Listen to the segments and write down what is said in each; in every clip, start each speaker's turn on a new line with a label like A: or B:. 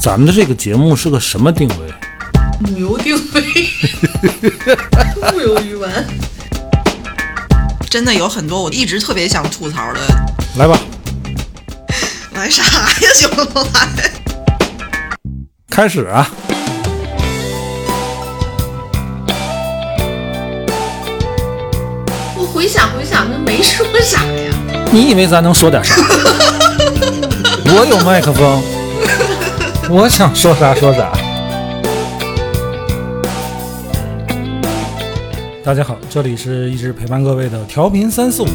A: 咱们的这个节目是个什么定位？
B: 母油定位，木有 鱼丸。真的有很多我一直特别想吐槽的，
A: 来吧，
B: 来啥呀，行不来？
A: 开始啊！
C: 我回想回想，那没说啥呀。
A: 你以为咱能说点 啥？我有麦克风，我想说啥说啥。大家好，这里是一直陪伴各位的调频三四五，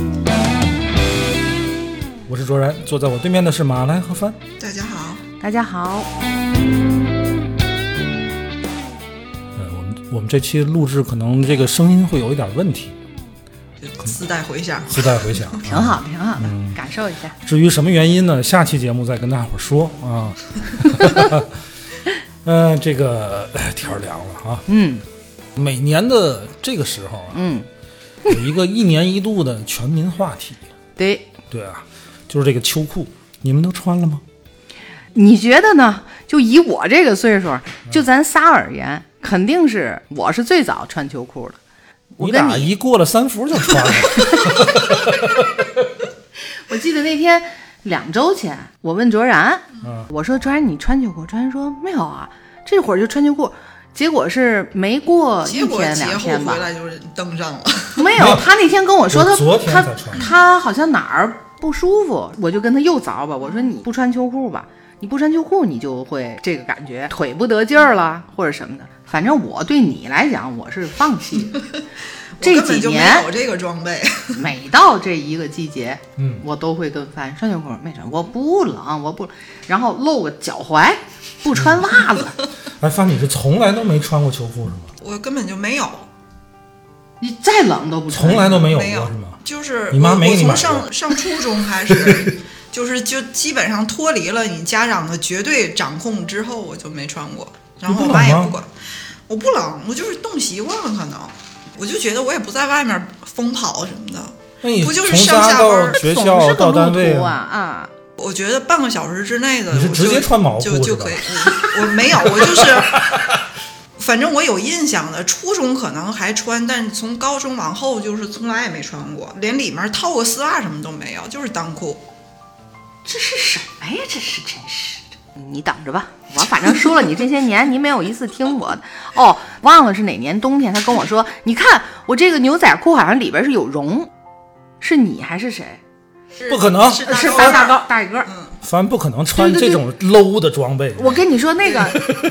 A: 我是卓然，坐在我对面的是马来和帆。
B: 大家好，
C: 大家好，
A: 呃，我们我们这期录制可能这个声音会有一点问题，
B: 自带回响。
A: 自带回响。
C: 挺好，挺好的，感受一下。
A: 至于什么原因呢？下期节目再跟大伙儿说 啊。嗯、这个哎天儿凉了啊。
C: 嗯
A: 每年的这个时候啊，
C: 嗯，
A: 有一个一年一度的全民话题，
C: 对，
A: 对啊，就是这个秋裤，你们都穿了吗？
C: 你觉得呢？就以我这个岁数，就咱仨而言，肯定是我是最早穿秋裤的。我
A: 你
C: 跟
A: 俩
C: 你，
A: 一过了三伏就 穿了，
C: 我记得那天两周前，我问卓然，我说卓然你穿秋裤？卓然说没有啊，这会儿就穿秋裤。结果是没过一
B: 结果
C: 天
B: 节
C: 两
B: 后
C: 天吧
B: 回，来就是登上了，
C: 没有，他那天跟我说
A: 我
C: 他
A: 昨天
C: 他
A: 才穿
C: 他好像哪儿不舒服，我就跟他又凿吧，我说你不穿秋裤吧，你不穿秋裤你就会这个感觉腿不得劲儿了或者什么的。反正我对你来讲我是放弃 的，这
B: 我根本
C: 几
B: 就没
C: 年
B: 有这个装备。
C: 每到这一个季节，
A: 嗯，
C: 我都会跟帆穿秋裤没穿，我不冷我不，然后露个脚踝，不
A: 嗯
C: 穿袜子，
A: 哎，发你是从来都没穿过秋裤是吗？
B: 我根本就没有，
C: 你再冷都不穿，
A: 从来都没有
B: 没有
A: 过是吗？
B: 就是
A: 你妈
B: 我
A: 没给
B: 我
A: 你买
B: 从
A: 过
B: 上上初中 开始，就是就基本上脱离了你家长的绝对掌控之后，我就没穿过。然后
A: 你
B: 我
A: 不
B: 爸也
A: 冷吗
B: 不管，我不冷，我就是冻习惯了，可能我就觉得我也不在外面疯跑什么的。
A: 那你
B: 不就是
A: 从
B: 上
A: 家
B: 下班
A: 到
B: 儿
A: 学
C: 总
A: 校
C: 是个
A: 到单
C: 路
A: 位
C: 途啊，啊，
B: 我觉得半个小时之内的，
A: 你是
B: 我
A: 直
B: 就
A: 接穿毛裤
B: 就是就
A: 吧
B: 可以。我我没有，我就是， 反正我有印象的，初中可能还穿，但是从高中往后就是从来也没穿过，连里面套个丝袜什么都没有，就是裆裤。
C: 这是什么呀？这是真是的，你等着吧。我反正说了你这些年，你没有一次听我的。哦，忘了是哪年冬天，他跟我说，你看我这个牛仔裤好像里边是有绒，是你还是谁？
A: 不可能
B: 是大
C: 是
B: 高
C: 白
B: 跟
C: 大
B: 儿
C: 高大一个儿。
A: 帆不可能穿
C: 对对
A: 这
C: 对
A: 种 low 的装备。
C: 我跟你 说那个，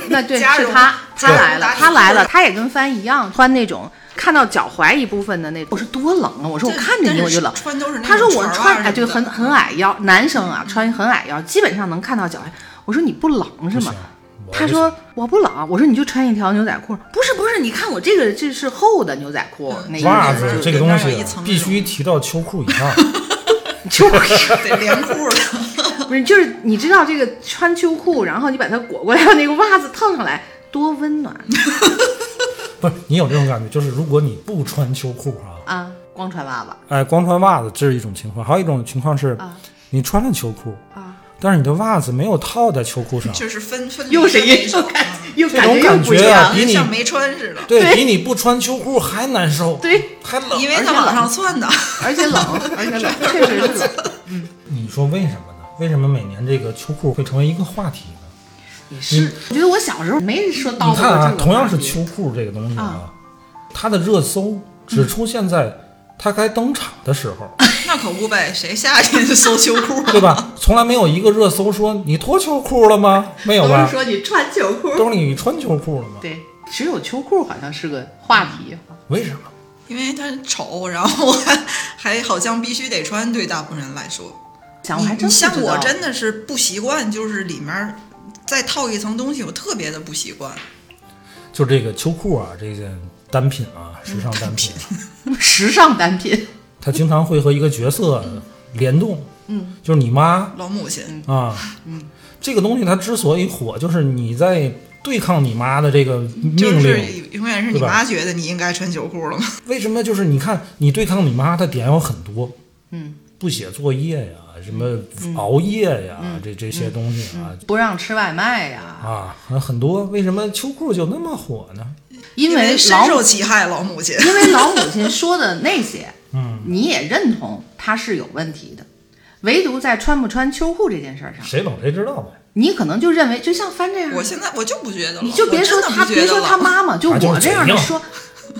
C: 那对
B: 加
C: 是
B: 绒
C: 他，
B: 加
C: 他
B: 绒
C: 来了
B: 打，底
C: 他来了，
B: 裤
C: 他也跟帆一样穿那种看到脚踝一部分的那种。我说多冷啊！我说我
B: 这
C: 看着你
B: 但
C: 我
B: 是
C: 就冷。
B: 穿都是那
C: 他说
B: 种
C: 我
B: 船袜
C: 穿
B: 什
C: 哎，
B: 么
C: 对，
B: 的
C: 很很 矮腰，男生啊穿很矮腰，基本上能看到脚踝。我说你不冷是
A: 不
C: 吗
A: 行？我
C: 他
A: 不
C: 说
A: 行
C: 我不冷，我说你就穿一条牛仔裤。不是不是，你看我这个这是厚的牛仔裤，
B: 嗯
C: 那
A: 袜
C: 意思
A: 子
C: 就是
A: 这个
B: 里
A: 东
B: 面有
A: 西
B: 一层
A: 必
B: 那种
A: 须提到秋裤以上。
C: 秋裤，
B: 得连裤了。
C: 不是就是你知道这个穿秋裤，然后你把它裹过来，把那个袜子套上来，多温暖
A: 不是你有这种感觉，就是如果你不穿秋裤啊，
C: 啊！光穿袜子
A: 哎，光穿袜子这是一种情况，还有一种情况是，
C: 啊
A: 你穿了秋裤，
C: 啊，
A: 但是你的袜子没有套在秋裤上，
B: 就是分分
C: 又是
B: 一
C: 一
B: 种
C: 种感，又
A: 这
C: 感
A: 种
C: 觉又
A: 感
C: 不一
A: 觉啊
C: 样。
A: 比你
B: 像没穿似的。
A: 对
C: 对
A: 比你不穿秋裤还难受，
C: 对，
A: 还冷。
B: 因为
C: 而
B: 他
C: 且
B: 往
C: 冷
B: 上窜的，
C: 而且冷，而且冷，确实是 冷。
A: 你说为什么呢？为什么每年这个秋裤会成为一个话题呢？
C: 也是，我觉得我小时候没说到
A: 你
C: 过这
A: 看
C: 个话
A: 啊
C: 题。，
A: 同样是秋裤这个东西啊，它的热搜只出现在它该登场的时候，
B: 那可不呗，谁夏天就搜秋裤？
A: 对吧？从来没有一个热搜说你脱秋裤了吗？没有
C: 都是
A: 吧？
C: 说你穿秋裤，
A: 都是你穿秋裤了吗？
C: 对，只有秋裤好像是个话题。
B: 嗯
A: 为什么？
B: 因为他丑，然后还还好像必须得穿，对大部分人来说，
C: 想我还
B: 你
C: 真不
B: 像
C: 知
B: 我
C: 道
B: 真的是不习惯，就是里面再套一层东西，我特别的不习惯。
A: 就这个秋裤啊，这件单品啊，时尚单品，
C: 时尚单品，
A: 它经常会和一个角色联动，嗯，就是你妈
B: 老母亲，
A: 啊，嗯，这个东西它之所以火，就是你在对抗你妈的这个
B: 就
A: 命
B: 是
A: 令。
B: 永远是你
A: 对吧
B: 妈觉得你应该穿秋裤了嘛。
A: 为什么？就是你看，你对抗你妈的点有很多，
C: 嗯，
A: 不写作业呀，什么熬夜呀，这这些东西啊、
C: 不让吃外卖呀，
A: 啊，很多为什么秋裤就那么火呢？
C: 因为
B: 深
C: 老
B: 受其害，老母亲。
C: 因为老母亲说的那些，
A: 嗯，
C: 你也认同她是有问题的，唯独在穿不穿秋裤这件事儿上，
A: 谁懂谁知道呗。
C: 你可能就认为就像帆这样，
B: 我现在我就不觉得了，
C: 你就别说
B: 我真的
C: 他，
B: 不觉
C: 别
B: 得
C: 说他
B: 了
C: 妈妈，就
A: 他就是
C: 我这样
A: 嘴
C: 的
A: 硬
C: 说，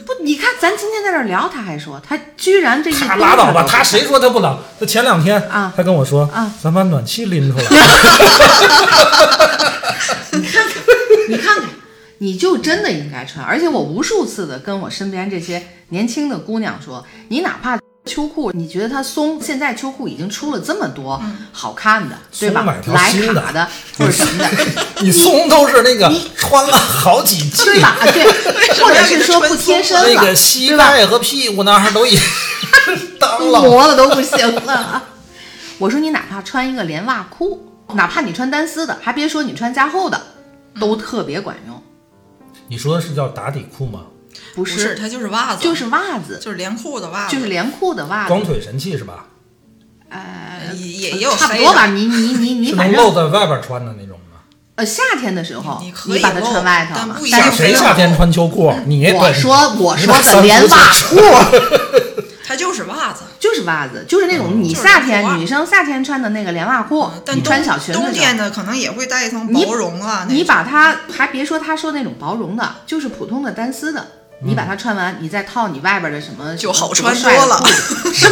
C: 不，你看咱今天在这儿聊，他还说他居然这一
A: 他
C: 冬
A: 拉倒
C: 天
A: 吧，
C: 都
A: 他谁说他不冷？他前两天
C: 啊
A: 他跟我说
C: 啊，
A: 咱把暖气拎出来。
C: 你看看，你就真的应该穿。而且我无数次的跟我身边这些年轻的姑娘说，你哪怕秋裤，你觉得它松，现在秋裤已经出了这么多
B: 嗯
C: 好看的，对吧
A: 松买？条
C: 莱
A: 新的
C: 卡的或者什么的，
A: 你松都是那个
C: 你
A: 穿了好几季，
C: 对吧？啊对，
B: 什
C: 或
B: 么
C: 者
B: 要给
C: 是
B: 它
C: 说不
B: 穿
C: 贴身
B: 松
C: 了，
A: 那个膝
C: 对吧？
A: 盖和屁股那儿都已 当了。
C: 磨的都不行了。我说你哪怕穿一个连袜裤，哪怕你穿单丝的，还别说你穿加厚的，
B: 嗯
C: 都特别管用。
A: 你说的是叫打底裤吗？
C: 不
B: 不是，它就是袜子，
C: 就是袜子，
B: 就是连裤的袜子，
C: 就是连裤的袜子，
A: 光腿神器是吧？
C: 呃，
B: 也也也有
C: 差不
B: 黑
C: 多吧。
B: 的。
C: 你你你你，
A: 是
C: 反
A: 能
C: 正
A: 露在外边穿的那种吗？
C: 呃，夏天的时候
B: 你可以
C: 把它
B: 露
C: 穿外头
B: 但
C: 嘛
B: 不，一
C: 但
B: 定
C: 是
B: 非
A: 谁
B: 要
A: 夏天穿秋裤？啊你
C: 我
A: 本
C: 说我
A: 你
C: 说
A: 把
C: 的
A: 三
C: 连
A: 姑子
C: 袜
A: 扯
C: 裤，
B: 它就是袜子，
C: 就是袜子，就是那
A: 嗯
C: 种你
B: 就是
C: 夏
B: 裤袜
C: 天女生夏天穿的那个连袜裤，
B: 但
C: 哦你
B: 冬
C: 穿小裙子
B: 冬
C: 的时候
B: 天呢，可能也会带一层
C: 你
B: 薄绒啊。那
C: 你
B: 种
C: 把它还别说他说那种薄绒的，就是普通的单丝的，你
A: 嗯
C: 把它穿完，你再套你外边的什么
B: 就好
C: 什么
B: 穿
C: 帅的
B: 多了
C: 裤子，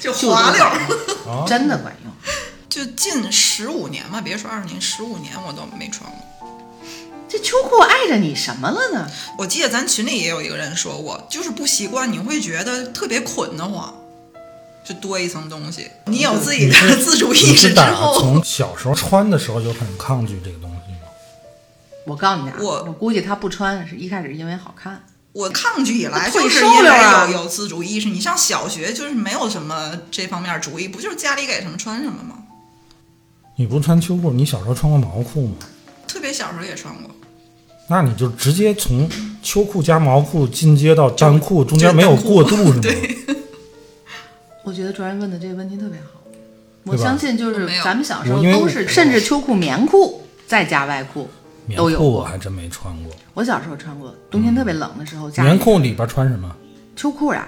B: 就
C: 就
B: 滑
C: 这
B: 溜
C: 样
B: 儿，
A: 啊，
C: 真的管用。
B: 就近十五年吧，别说二十年，十五年我都没穿过。
C: 这秋裤碍着你什么了呢？
B: 我记得咱群里也有一个人说过，就是不习惯，你会觉得特别捆得慌，就多一层东西。你
C: 嗯
B: 有自己的自主意
A: 你是
B: 识之
A: 打
B: 后，
A: 从小时候穿的时候就很抗拒这个东西吗？
C: 我告诉你啊，
B: 我
C: 我估计他不穿是一开始是因为好看，
B: 我抗拒以来
C: 退
B: 就是
C: 收
B: 因为
C: 了啊
B: 有有自主意识。你上小学就是没有什么这方面主意，不就是家里给什么穿什么吗？
A: 你不穿秋裤，你小时候穿过毛裤吗？
B: 特别小时候也穿过，
A: 那你就直接从秋裤加毛裤进阶到单裤，中间没有过渡 是吗？
C: 我觉得卓然问的这个问题特别好，我
A: 对吧
C: 相信就是
B: 没有
C: 咱们小时候
A: 我因为
C: 都
A: 我
C: 是，甚至秋裤、棉裤再加外裤
A: 棉
C: 都有
A: 裤我
C: 过。
A: 还真没穿过。
C: 我小时候穿过，冬天特别冷的时候，家
A: 嗯
C: 里
A: 棉裤里边穿什么？
C: 秋裤啊，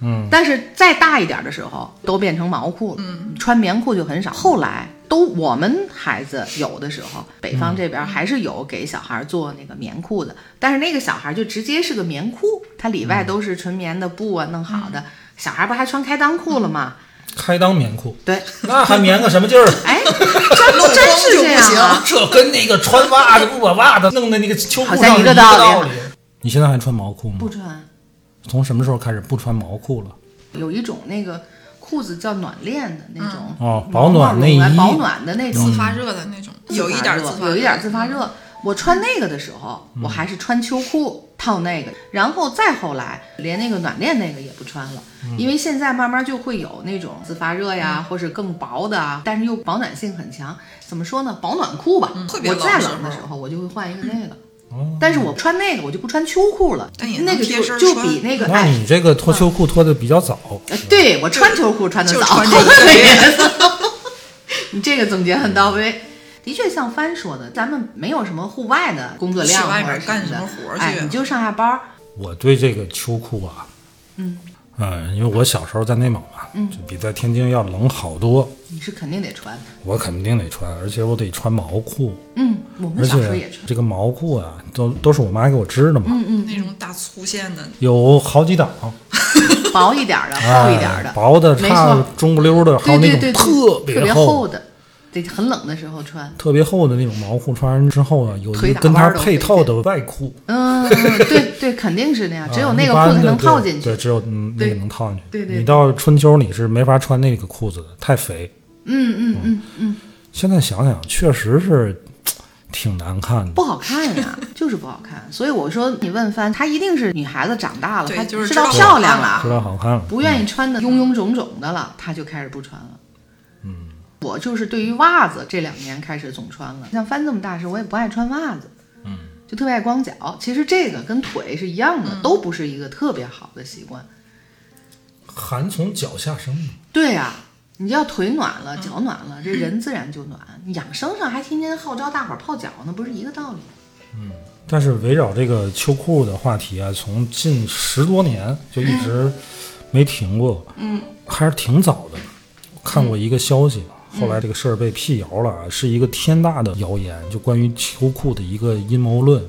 A: 嗯，
C: 但是再大一点的时候都变成毛裤了，
B: 嗯
C: 穿棉裤就很少。后来都我们孩子有的时候，北
A: 嗯
C: 方这边还是有给小孩做那个棉裤的，但是那个小孩就直接是个棉裤，它里
A: 嗯
C: 外都是纯棉的布啊，弄好
B: 嗯
C: 的。小孩不还穿开裆裤了吗？
A: 开裆棉裤，
C: 对，
A: 那还棉个什么 劲儿？
C: 哎，真
B: 露
C: 真
B: 光
C: 是
B: 就
C: 这
B: 不
C: 样啊
B: 行。
A: 这跟那个穿袜子不把袜子弄在那个秋裤
C: 好
A: 上
C: 像
A: 是
C: 一
A: 一
C: 个
A: 个
C: 道理
A: 道理。你现在还穿毛裤吗
C: 不？穿，
A: 从什么时候开始不穿毛裤了？
C: 有一种那个裤子叫暖链的那种，
A: 哦保暖内衣
C: 毛毛绒啊保暖的那种
A: 嗯
B: 自，发热的那种，有一点儿自发热，嗯
C: 有一点自发热。我穿那个的时候，
A: 嗯
C: 我还是穿秋裤套那个，然后再后来连那个暖链那个也不穿了，
A: 嗯
C: 因为现在慢慢就会有那种自发热呀，或是更薄的啊，但是又保暖性很强。怎么说呢？保暖裤吧。
B: 嗯特别
C: 我
B: 冷
C: 再
B: 的时
C: 冷的
B: 候
C: 时候，我就会换一个那个。
A: 哦
C: 但是我穿那个，我就不穿秋裤了
B: 但也，能
C: 那个
B: 贴
C: 就
B: 身
C: 就
B: 穿
C: 比那个
A: 那
C: 哎，
A: 你这个脱秋裤脱的比较早，
C: 呃对我穿秋裤穿的
B: 就
C: 早，
B: 穿这 一个月
C: 你这个总结很到位。的确，像帆说的，咱们没有什么户外的工作量
B: 去外
C: 或
B: 面
C: 者
B: 干
C: 什
B: 什
C: 么
B: 么
C: 的
B: 活儿去
C: 哎，你就上下班儿，
A: 我对这个秋裤啊，嗯，因为我小时候在内蒙嘛，
C: 嗯
A: 就比在天津要冷好多，
C: 你是肯定得穿的。
A: 我肯定得穿，而且我得穿毛裤，
C: 嗯，我们
A: 而
C: 小时候
A: 且
C: 也穿。嗯
A: 这个毛裤啊，都都是我妈给我织的嘛，
B: 嗯那种大粗线的，
A: 有好几档，
C: 薄一点儿的，
A: 哎
C: 厚一点儿的，
A: 薄的、
C: 没
A: 差
C: 错，
A: 中不溜的，还
C: 对
A: 有那
C: 对
A: 种
C: 对，对
A: 特
C: 别
A: 别
C: 厚
A: 厚、
C: 的，得很冷的时候穿。
A: 特别厚的那种毛裤，穿上之后啊，有一
C: 腿
A: 个
C: 打
A: 跟它
C: 弯儿都
A: 配
C: 得
A: 套的外裤，
C: 嗯，对对，肯定是那样，只有
A: 啊
C: 那
A: 一
C: 个
A: 般
C: 裤子
A: 的
C: 能
A: 对
C: 套进
A: 对，
C: 去。
A: 只有嗯那个
C: 对
A: 能套进去。
C: 对对
A: 你
C: 对
A: 到春秋你是没法穿那个裤子的，太肥。
C: 嗯嗯嗯，
A: 现在想想，确实是挺难看的。
C: 不好看 呀，就是不好看。所以我说，你问帆，她一定是女孩子长大了，
B: 对
C: 她
B: 就是知
C: 知道
B: 道
C: 漂
B: 好
C: 亮
B: 看了
A: 知道好看了，
C: 不愿意穿的臃臃肿肿的了，他就开始不穿了。嗯，我就是对于袜子这两年开始总穿了，像帆这么大时，我也不爱穿袜子，嗯，就特别爱光脚。
B: 嗯
C: 其实这个跟腿是一样的，都不是一个特别好的习惯。
A: 嗯寒从脚下生嘛。
C: 对呀、你要腿暖
B: 嗯
C: 了，脚暖了，这人自然就暖。养生上还天天号召大伙儿泡脚呢，不是一个道理。
A: 但是围绕这个秋裤的话题啊，从近十多年就一
C: 嗯
A: 直没停过，嗯，还是挺早的。看过一个消息，
C: 嗯
A: 后来这个事儿被辟谣了啊，是一个天大的谣言，就关于秋裤的一个阴谋论。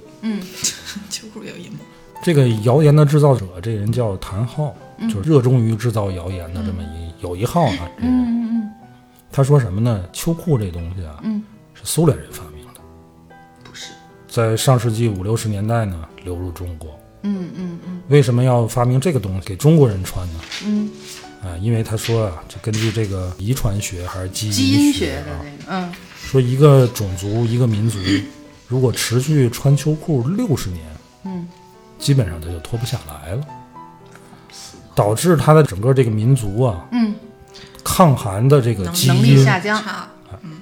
B: 秋裤有阴谋。
A: 这个谣言的制造者，这人叫谭浩，就是热衷于制造谣言的这么一、有一号啊。嗯嗯嗯他说什么呢？秋裤这东西啊，嗯，是苏联人发明的，
C: 不是，
A: 在上世纪五六十年代呢流入中国。嗯嗯嗯。为什么要发明这个东西给中国人穿呢？嗯。啊，因为他说啊，这根据这个遗传学还是基
C: 基因
A: 学
C: 学
A: 啊
C: 的，那个，嗯，
A: 说一个种族、一个民 族，如果持续穿秋裤六十年，嗯，基本上他就脱不下来了，导致他的整个这个民族啊，嗯，抗寒的这个基
C: 能力
A: 因
C: 下降，
B: 差，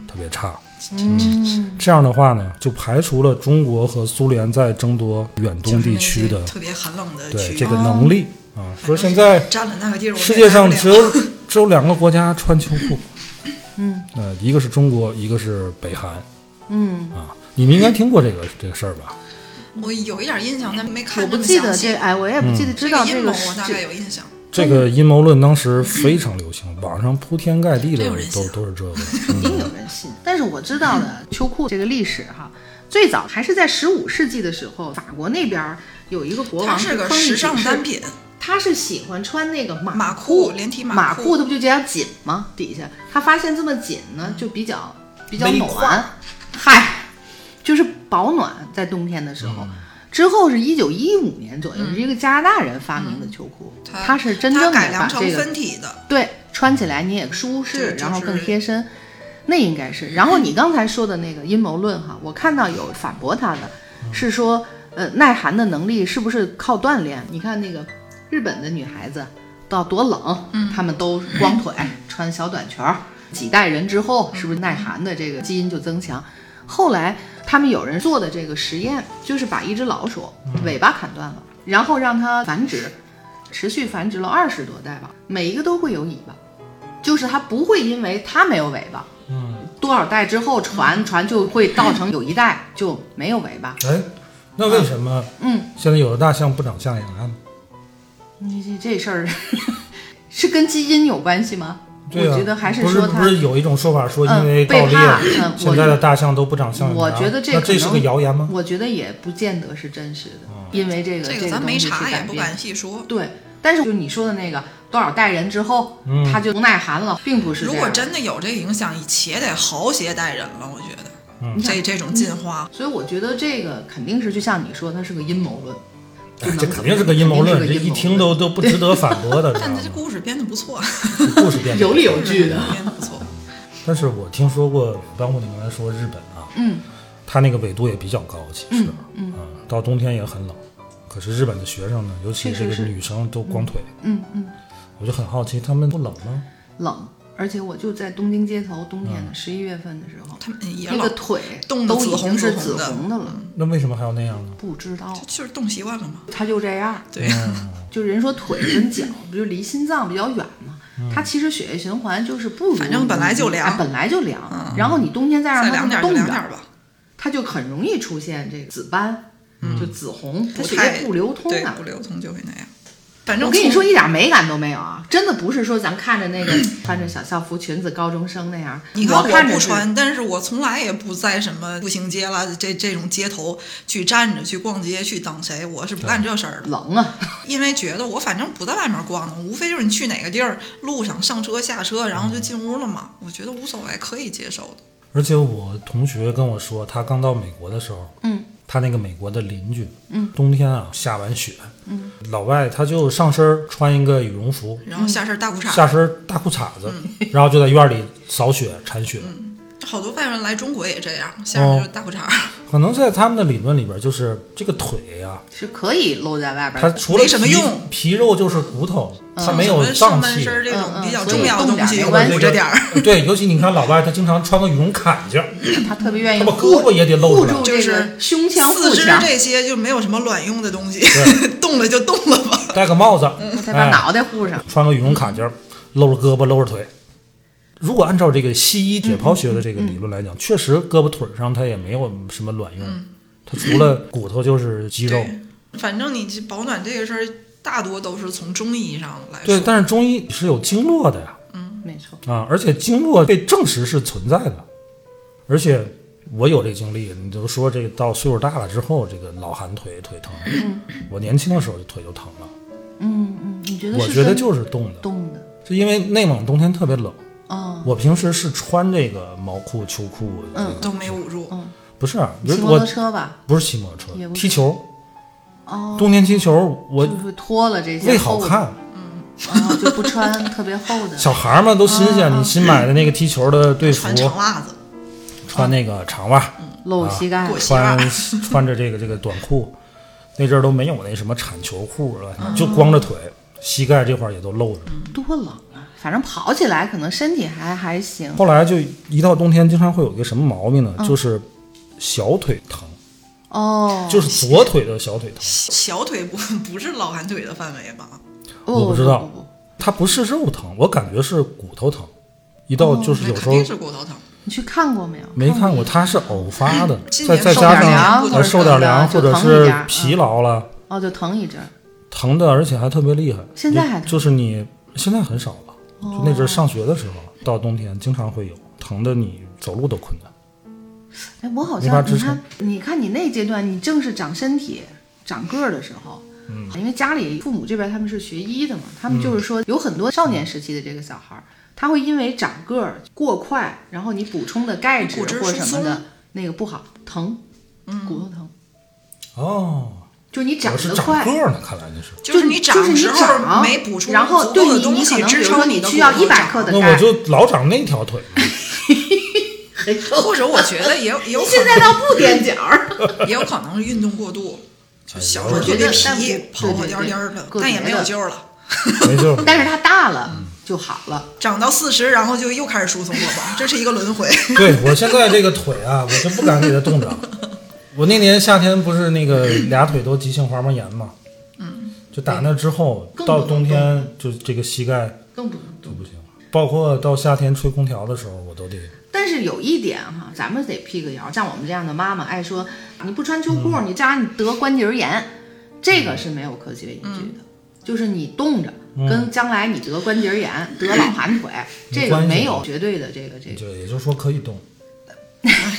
A: 特别差。嗯，这样的话呢，就排除了中国和苏联在争夺远东地区的
B: 特别寒冷的
A: 对
B: 区域，
A: 这个能力
C: 哦
A: 啊。说现在
B: 占了那个地儿，我
A: 世界上只
B: 有
A: 有只有两个国家穿秋裤，嗯，呃，一个是中国，一个是北韩，嗯啊，你们应该听过这个这个事儿吧？
B: 我有一点印象，但没看
C: 我
B: 那
C: 不
B: 么
C: 记
B: 详
C: 得
B: 细嗯
C: 这，哎，我也不记得知道
B: 这个
C: 这
B: 阴谋
C: 个
B: 我
C: 是
B: 大概有印象。
A: 这个阴谋论当时非常流行，网上铺天盖地的
B: 真有人
A: 都
B: 信啊
A: 都是这个。
C: 肯定有人信。但是我知道
B: 嗯
C: 的秋裤这个历史哈，最早还是在十五世纪的时候，法国那边儿有一个国
B: 它
C: 王
B: 是个
C: 亨利
B: 时尚
C: 九世
B: 单品，
C: 他是喜欢穿那个马
B: 马
C: 裤
B: 裤连体
C: 马
B: 马
C: 裤，
B: 裤
C: 它不就这样紧吗？底下他发现这么紧呢，就比较比较
A: 勒
C: 暖，嗨，就是保暖，在冬天的时候。
B: 嗯
C: 之后是一九一五年左右，是一个加拿大人发明的秋裤，
B: 它
C: 他是真正
B: 它
C: 的
B: 嗯改
C: 把
B: 良成
C: 这个
B: 分体的，
C: 对，穿起来你也舒适，
B: 对就
C: 然后
B: 是
C: 更贴身，那应该是。然后你刚才说的那个阴谋论哈，我看到有反驳他的，
B: 嗯
C: 是说呃耐寒的能力是不是靠锻炼？你看那个日本的女孩子到多冷，
B: 嗯
C: 她们都 光腿穿小短裙儿，几代人之
B: 嗯
C: 后是不是耐寒的这个基因就增强？后来他们有人做的这个实验，就是把一只老鼠
B: 嗯
C: 尾巴砍断了，然后让它繁殖，持续繁殖了二十多代吧，每一个都会有尾巴，就是它不会因为它没有尾巴，
A: 嗯，
C: 多少代之后传传就会造成有一代就没有尾巴。
A: 哎，那为什么
C: 嗯，
A: 现在有的大象不长象牙呢？
C: 你这这事儿 是跟基因有关系吗？
A: 对啊
C: 我觉得还
A: 不
C: 说它
A: 不是有一种说法说
C: 嗯
A: 因为
C: 被
A: 盗猎
C: 怕嗯，
A: 现
C: 我
A: 在的大象都不长象牙？
C: 我觉得这
A: 那
C: 可
A: 这是
C: 能
A: 个谣言吗？哦
C: 我觉得也不见得是真实的，因为这个
B: 这
C: 个
B: 咱没
C: 东西去
B: 查，
C: 改
B: 也不
C: 变
B: 敢细说。
C: 对，但是就你说的那个多少代人之后，
A: 嗯
C: 他就不耐寒了，并不是这
B: 如
C: 样
B: 果真的有这个影响，且得好些代人了，我觉得。
A: 嗯
B: 这这种进化，
C: 所以我觉得这个肯定是就像你说，它是个阴谋论，就
A: 哎
C: 能
A: 这
C: 怎
A: 肯
C: 么
A: 定是个阴谋论，这一听都
C: 论
A: 都不值得反驳
C: 嗯
A: 的，知道
B: 但
A: 吗
B: 这故事编得不错，
A: 这故事变得
C: 有理有据的。
B: 编得不 错。
A: 但是我听说过，包括你刚才说日本啊，
C: 嗯，
A: 它那个纬度也比较高，其实，
C: 嗯
A: 嗯到冬天也很冷。可是日本的学生呢，尤其
C: 确
A: 这
C: 实
A: 个
C: 是
A: 女生都光腿，
C: 嗯嗯，
A: 我就很好奇，他们不冷吗？
C: 冷，而且我就在东京街头，冬天的十一月份的时候，
B: 他们也
C: 那
B: 老
C: 个腿
B: 冻得
C: 都已
B: 紫
C: 经
B: 红
C: 是
B: 紫
C: 紫
B: 红的
C: 红的了，
A: 那为什么还要那样呢？
C: 不知道
B: 就是冻习惯了嘛。
C: 他就这样。
B: 对，
A: 嗯
C: 就人说腿跟脚不就离心脏比较远嘛，它其实血液循环就是不如，
B: 反正本来就凉
C: 哎本来就凉，然后你冬天再
B: 再凉
C: 让它
B: 点
C: 那么
B: 儿就
C: 冻
B: 凉
C: 着
B: 点，儿吧。
C: 它就很容易出现这个紫斑，
A: 嗯
C: 就紫红，它
B: 不
C: 血
B: 太
C: 液不流通
B: 对
C: 啊
B: 不。流通就会那样。反正
C: 我跟你
B: 从
C: 说，一点美感都没有啊！真的不是说咱看着那 个穿着小校服裙子高中生那样，
B: 你看
C: 我看着
B: 不
C: 是，
B: 穿，但是我从来也不在什么步行街啦这这种街头去站着去逛街去等谁，我是不干这事儿的，
C: 冷啊，
B: 因为觉得我反正不在外面逛呢，无非就是你去哪个地儿，路上上车下车，然后就进屋了嘛，我觉得无所谓，可以接受的。
A: 而且我同学跟我说，他刚到美国的时候，
C: 嗯，
A: 他那个美国的邻居，嗯，冬天啊下完雪，嗯，老外他就上身穿一个羽绒服，
B: 然后下身大裤衩，
A: 嗯下身大裤衩子，然后就在院里扫雪铲雪。
B: 好多外国人来中国也这样，下
A: 哦
B: 身就是大裤衩，
A: 可能在他们的理论里边，就是这个腿呀、
C: 是可以露在外边
A: 它
C: 的。
A: 除了
B: 哎没什么
A: 皮
B: 用
A: 皮肉就是骨头，它没有
B: 什么上
A: 脏
B: 半
A: 器。
B: 身这
C: 嗯嗯
B: 种比较
C: 所以
B: 重要的
C: 动
B: 东
C: 点
B: 西，
C: 没
B: 我
C: 关系
B: 捂着点儿。
A: 对，尤其你看老外，他经常穿个羽绒坎肩，
C: 他特别愿意
A: 他把
C: 护
A: 胳膊也得露出
C: 护
A: 来
C: 住
B: 就
C: 这
B: 是
C: 个胸腔
B: 四
C: 护
B: 肢
C: 墙，
B: 这些就没有什么卵用的东西， 动了就动了吧。
A: 戴个帽子，
C: 再把
A: 哎
C: 脑袋护上。
A: 穿个羽绒卡夹，露着胳膊，露着腿。如果按照这个西医解剖学的这个理论来讲，确实胳膊腿上它也没有什么卵用，
B: 嗯
A: 它除了骨头就是肌肉。
B: 对，反正你这保暖这个事儿，大多都是从中医上来
A: 对，
B: 说。
A: 但是中医是有经络的呀，
C: 没错，
A: 啊，而且经络被证实是存在的，而且我有这经历，你都说这个到岁数大了之后，这个老寒腿腿疼，我年轻的时候就腿就疼了，
C: 嗯嗯，你觉得
A: 我
C: 是
A: 觉得
C: 跟
A: 就是冻的，
C: 动的，
A: 是因为内蒙冬天特别冷，
C: 嗯，
A: 我平时是穿这个毛裤、秋裤，
C: 嗯
B: 都没捂住，
A: 不是，啊
C: 你
A: 比
C: 骑
A: 如
C: 摩
A: 我
C: 托车吧，
A: 不是骑摩托车
C: 也，不是
A: 踢球，
C: 哦，
A: 冬天踢球，我
C: 就是脱了这些
A: 为好
C: 厚的，
A: 看，
C: 然后就不穿特别厚的，
A: 小孩儿嘛都新
C: 嗯
A: 鲜，你新买的那个踢球的队服
B: 穿，长袜子，
A: 穿那个长袜，
C: 露膝盖
B: 过，膝袜
A: 穿穿着这个这个短裤，那阵儿都没有那什么铲球裤了，就光着腿，膝盖这块儿也都露着。
B: 嗯
C: 多冷啊！反正跑起来可能身体还还行，
A: 后来就一到冬天，经常会有一个什么毛病呢？
B: 嗯
A: 就是小腿疼，
C: 哦，
A: 就是左腿的小腿疼，
B: 小腿不 不是老寒腿的范围吧？
C: 哦
A: 我不知道
C: 不不不
A: 它不是肉疼，我感觉是骨头疼。一到就是
B: 哦那
A: 有时
B: 肯
A: 候
B: 定是骨头疼。
C: 你去看过没有？
A: 没看过，它是偶发的，
B: 今
A: 再
B: 年
A: 再
B: 受
A: 加
B: 点凉
A: 上
B: 或者
A: 呃受点
C: 什么的
A: 凉或
C: 就
A: 者
C: 疼一
A: 是
C: 点儿
A: 疲
C: 嗯
A: 劳了，
C: 哦，就疼一阵儿，
A: 疼的，而且还特别厉害。
C: 现在还疼哦
A: 就就是你现在很少了，就那阵儿上学的时候，到冬天经常会有疼的，你走路都困难。
C: 哎，我好
A: 没法
C: 像
A: 支
C: 你
A: 撑
C: 看，你看你那阶段，你正是长身体、长个儿的时候，嗯，因为家里父母这边他们是学医的嘛，
A: 嗯
C: 他们就是说有很多少年时期的这个小孩儿，他会因为长个儿过快，然后你补充的钙质
B: 骨质
C: 或
B: 疏
C: 什么
B: 松嗯
C: 的那个不好，疼，骨头疼，
A: 哦，
C: 就是你长
A: 我是
C: 得
A: 长
C: 快
A: 个。儿呢，看来你是。
B: 就是
C: 你
B: 长
C: 就是你
B: 时候
C: 长啊
B: 没补充
C: 然后
B: 足
C: 对
B: 够的
C: 你
B: 东
C: 你可
B: 西
C: 能比
B: 支
C: 如说
B: 撑
C: 你
B: 的
C: 需
B: 骨
C: 要
B: 头
C: 一百
B: 长
C: 克的
A: 那我
C: 钙，
A: 就老长那条腿，
B: 或者我觉得也有也有可
C: 现在倒不踮脚儿。
B: 能也有可能是运动过度，就小时候
A: 我
B: 特
A: 觉
B: 别
A: 得
C: 但
B: 皮，
C: 不
B: 跑跑
C: 对对
B: 颠
C: 对
B: 颠儿的，
C: 个
B: 但也
C: 别
B: 没有
C: 的
B: 救了。
A: 没劲儿。
C: 但是它大了
A: 嗯
C: 就好了，
B: 长到四十，然后就又开始疏松了吧？这是一个轮回。 哎
A: 对我现在这个腿啊，我就不敢给它冻 着。我那年夏天不是那个俩腿都急性滑膜炎嘛，嗯，就打那之后，
C: 更
A: 到
C: 不
A: 冬
C: 能
A: 天就这个膝盖
C: 更不能动
A: 就。不行了，包括到夏天吹空调的时候，我都得
C: 但是有一点哈，咱们得辟个谣，像我们这样的妈妈爱说，你不穿秋裤，
A: 嗯
C: 你扎你得关节炎，这个是没有科学依据
B: 嗯
C: 的，就是你冻着。
A: 嗯
C: 跟将来你得关节炎、得 老寒腿，这个
A: 关系
C: 没有绝对的这个这个。
A: 就也就是说可以动。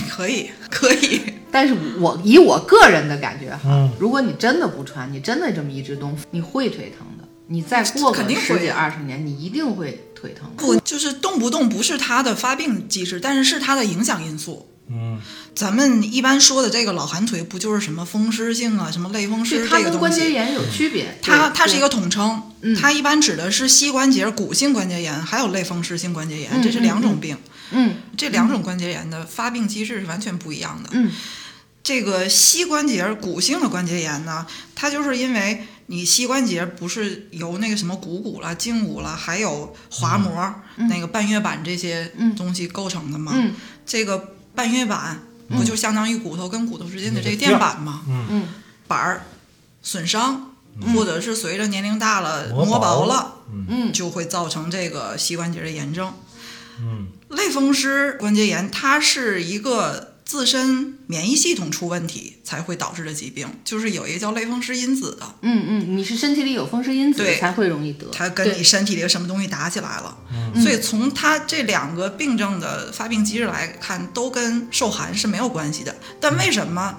B: 可以，可以。
C: 但是我以我个人的感觉哈，
A: 嗯
C: 如果你真的不穿，你真的这么一直冻，你会腿疼的。你再过
B: 肯
C: 个
B: 定会
C: 十几二十年，你一定会腿疼的。
B: 不，就是动不动不是它的发病机制，但是是它的影响因素。
A: 嗯，
B: 咱们一般说的这个老寒腿，不就是什么风湿性啊，什么类风湿
C: 对，它
B: 这个
C: 跟
B: 东
C: 关节
B: 西？
C: 炎有区别。
B: 它它
C: 对
B: 是一个统称，
C: 嗯
B: 它一般指的是膝关节、骨性关节炎，还有类风湿性关节炎，
C: 嗯
B: 这是两种病。
C: 嗯
B: 这两种关节炎的发病机制是完全不一样的。
C: 嗯，
B: 这个膝关节骨性的关节炎呢，它就是因为你膝关节不是由那个什么股骨啦、胫骨啦，还有滑膜、那个半月板这些
C: 嗯
B: 东西构成的嘛。
C: 嗯
B: 这个半月板不就相当于骨头跟骨头之间的这个
A: 那个
B: 垫
A: 垫儿
B: 板吗？
C: 嗯，
B: 板儿损伤，或者是随着年龄大了
A: 磨
B: 磨
A: 薄
B: 薄
A: 了
B: 了，
C: 嗯
B: 就会造成这个膝关节的炎症。
A: 嗯，
B: 类风湿关节炎，它是一个自身免疫系统出问题才会导致的疾病，就是有一个叫类风湿因子的，
C: 嗯嗯，你是身体里有风湿因子
B: 对
C: 才会容易得，
B: 它跟你
C: 对
B: 身体里的什么东西打起来了。所以从它这两个病症的发病机制来看，都跟受寒是没有关系的。但为什么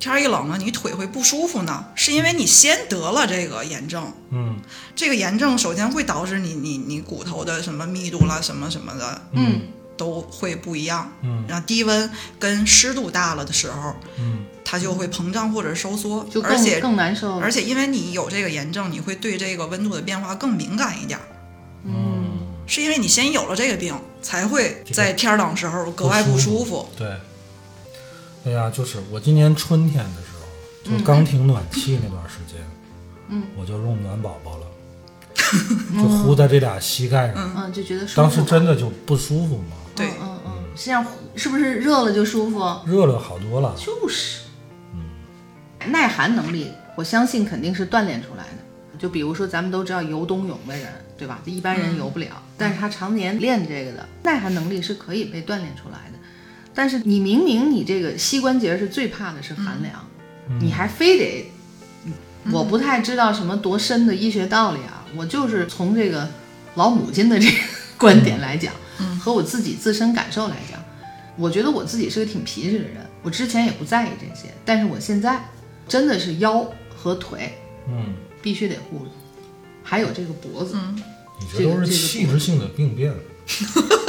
B: 天儿一冷了，你腿会不舒服呢？是因为你先得了这个炎症。
A: 嗯，
B: 这个炎症首先会导致你你你骨头的什么密度啦，什么什么的
C: 嗯
B: 都会不一样。
A: 嗯，
B: 然后低温跟湿度大了的时候，
A: 嗯，
B: 它就会膨胀或者收缩，
C: 就
B: 而
C: 更
B: 且
C: 更难受了
B: 而。且因为你有这个炎症，你会对这个温度的变化更敏感一点儿。
C: 嗯，
B: 是因为你先有了这个病，才会在天儿冷时候格外不舒服。
A: 对。哎呀，就是我今年春天的时候，就刚停暖气那段时间，
C: 嗯，
A: 我就用暖宝宝了，就糊在这俩膝盖上，
C: 嗯，就觉得舒服。
A: 当时真的就不舒服嘛，
B: 对
C: 嗯，嗯嗯，是这样，是不是热了就舒服？
A: 热了好多了。
C: 就是，耐寒能力我相信肯定是锻炼出来的。就比如说，咱们都知道游冬泳的人，对吧？一般人游不了，但是他常年练这个的，耐寒能力是可以被锻炼出来的。但是你明明你这个膝关节是最怕的是寒凉，你还非得，我不太知道什么多深的医学道理啊，我就是从这个老母亲的这个观点来讲，和我自己自身感受来讲，我觉得我自己是个挺皮实的人，我之前也不在意这些，但是我现在真的是腰和腿
A: 嗯，
C: 必须得护着，还有这个脖子。
A: 你这都是器质性的病变。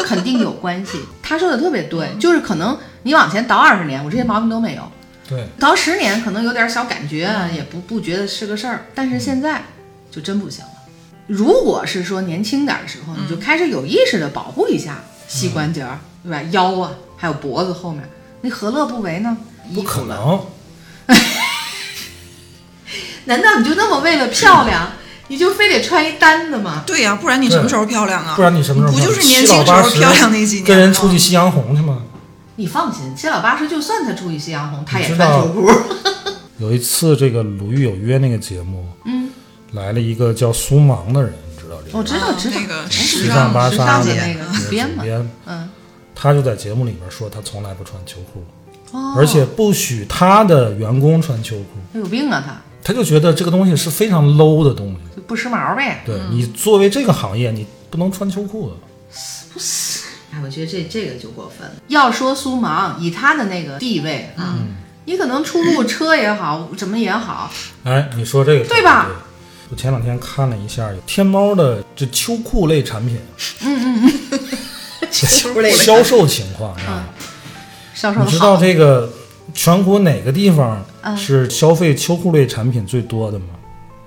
C: 肯定有关系。他说的特别对，就是可能你往前倒二十年，我这些毛病都没有；
A: 对，
C: 倒十年，可能有点小感觉啊，也不不觉得是个事儿。但是现在就真不行了。如果是说年轻点儿的时候，你就开始有意识的保护一下膝关节儿，对吧？腰啊，还有脖子后面，你何乐不为呢？
A: 不
C: 衣
A: 可
C: 服了
A: 能。啊
C: 难道你就那么为了漂亮，你就非得穿一单的吗？
B: 对呀、不然你
A: 对
B: 什么时候漂亮啊？
A: 不然你什么时候
B: 不
A: 漂亮
B: 就是年轻时候漂亮那几年吗？
A: 跟人出去夕阳红去吗？
C: 你放心，七老八十，就算他出去夕阳红，他
A: 你
C: 也
A: 知
C: 穿
A: 道
C: 秋裤。
A: 有一次这个《鲁豫有约》那个节目，嗯，来了一个叫苏芒的人，你知道这个人吗？
C: 我知道，知道，哎
B: 那个
C: 啊时
A: 时尚芭
C: 时
A: 莎
C: 尚的
A: 的
C: 那
B: 那
C: 个
B: 个
C: 主编嘛，
A: 编
C: 嗯，
A: 他就在节目里面说他从来不穿秋裤，
C: 哦
A: 而且不许他的员工穿秋裤，
C: 他有病啊，他
A: 他就觉得这个东西是非常 low 的东西。
C: 就不时髦呗。
A: 对你作为这个行业，你不能穿秋裤的。
C: 哎，我觉得这这个就过分了。要说苏芒，以他的那个地位啊，
A: 嗯
C: 你可能出入车也好，怎么也好，
A: 哎，你说这个
C: 对吧
A: 我前两天看了一下有天猫的这秋裤类产品
C: 嗯 秋裤类
A: 销售情况啊，
C: 销售
A: 你知
C: 的
A: 道
C: 好，
A: 这个全国哪个地方
C: 嗯
A: 是消费秋裤类产品最多的吗？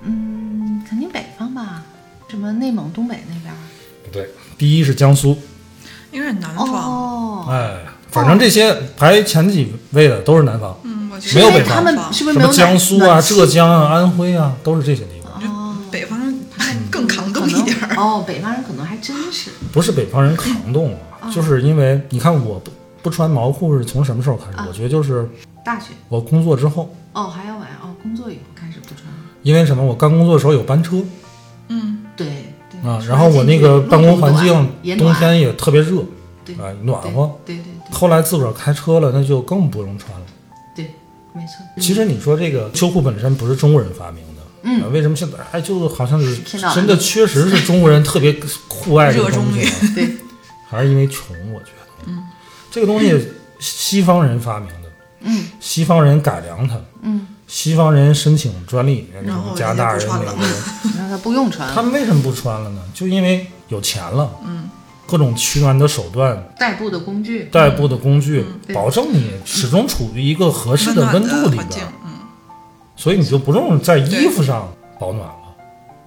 C: 嗯，肯定北方吧，什么内蒙、东北那边儿。
A: 不对，第一是江苏，
B: 因为南方，
C: 哦，
A: 哎，反正这些排前几位的都是南方，
B: 嗯，我觉得
A: 没有
C: 因为
A: 北方
C: 他们是不
A: 什
C: 是没有
A: 么江
C: 暖
A: 苏啊、
C: 暖气
A: 浙江啊、安徽啊，都是这些地方。
C: 哦，
B: 北方更
A: 嗯
B: 扛
C: 可
B: 冻一
C: 能
B: 点儿。
C: 哦，北方人可能还真是
A: 不是北方人抗冻
C: 嗯
A: 啊， 就是因为你看我不不穿毛裤是从什么时候开始？
C: 嗯
A: 我觉得就是
C: 大学
A: 我工作之后，
C: 哦，还要晚哦，工作以后开始不穿了。
A: 因为什么？我刚工作的时候有班车
B: 嗯，
C: 对对
A: 啊，然后我那个办公环
C: 也
A: 境冬
C: 暖，
A: 天也特别热，
C: 对
A: 啊，暖和。
C: 对对对
A: 后来自个儿开车了，那就更不用穿了。
C: 对，没错。
A: 其实你说这个秋裤本身不是中国人发明的，
C: 嗯
A: 啊，为什么现在哎，就好像是
C: 听到了
A: 真的确实是中国人特别酷爱这个
B: 热
A: 东
B: 衷
A: 西
B: 于
A: 啊，
C: 对，
A: 还是因为穷，我觉得，嗯，这个东西西方人发明的，
C: 嗯，
A: 西方人改良它，
C: 嗯，
A: 西方人申请专利，那
B: 然
A: 种
B: 后
A: 加拿大
B: 人
A: 人、
B: 家不
A: 美
B: 穿了
A: 国人，
C: 让嗯他不用穿
A: 他
C: 了，
A: 们为什么不穿了呢？就因为有钱了，嗯，各种取暖的手段
C: 代步的工具。
A: 代步的工具，
C: 对
A: 保证你始终处于一个合适呃的温
B: 温暖
A: 度
B: 的
A: 里
B: 环境
A: 边，，
B: 嗯，
A: 所以你就不用在衣服上保暖了。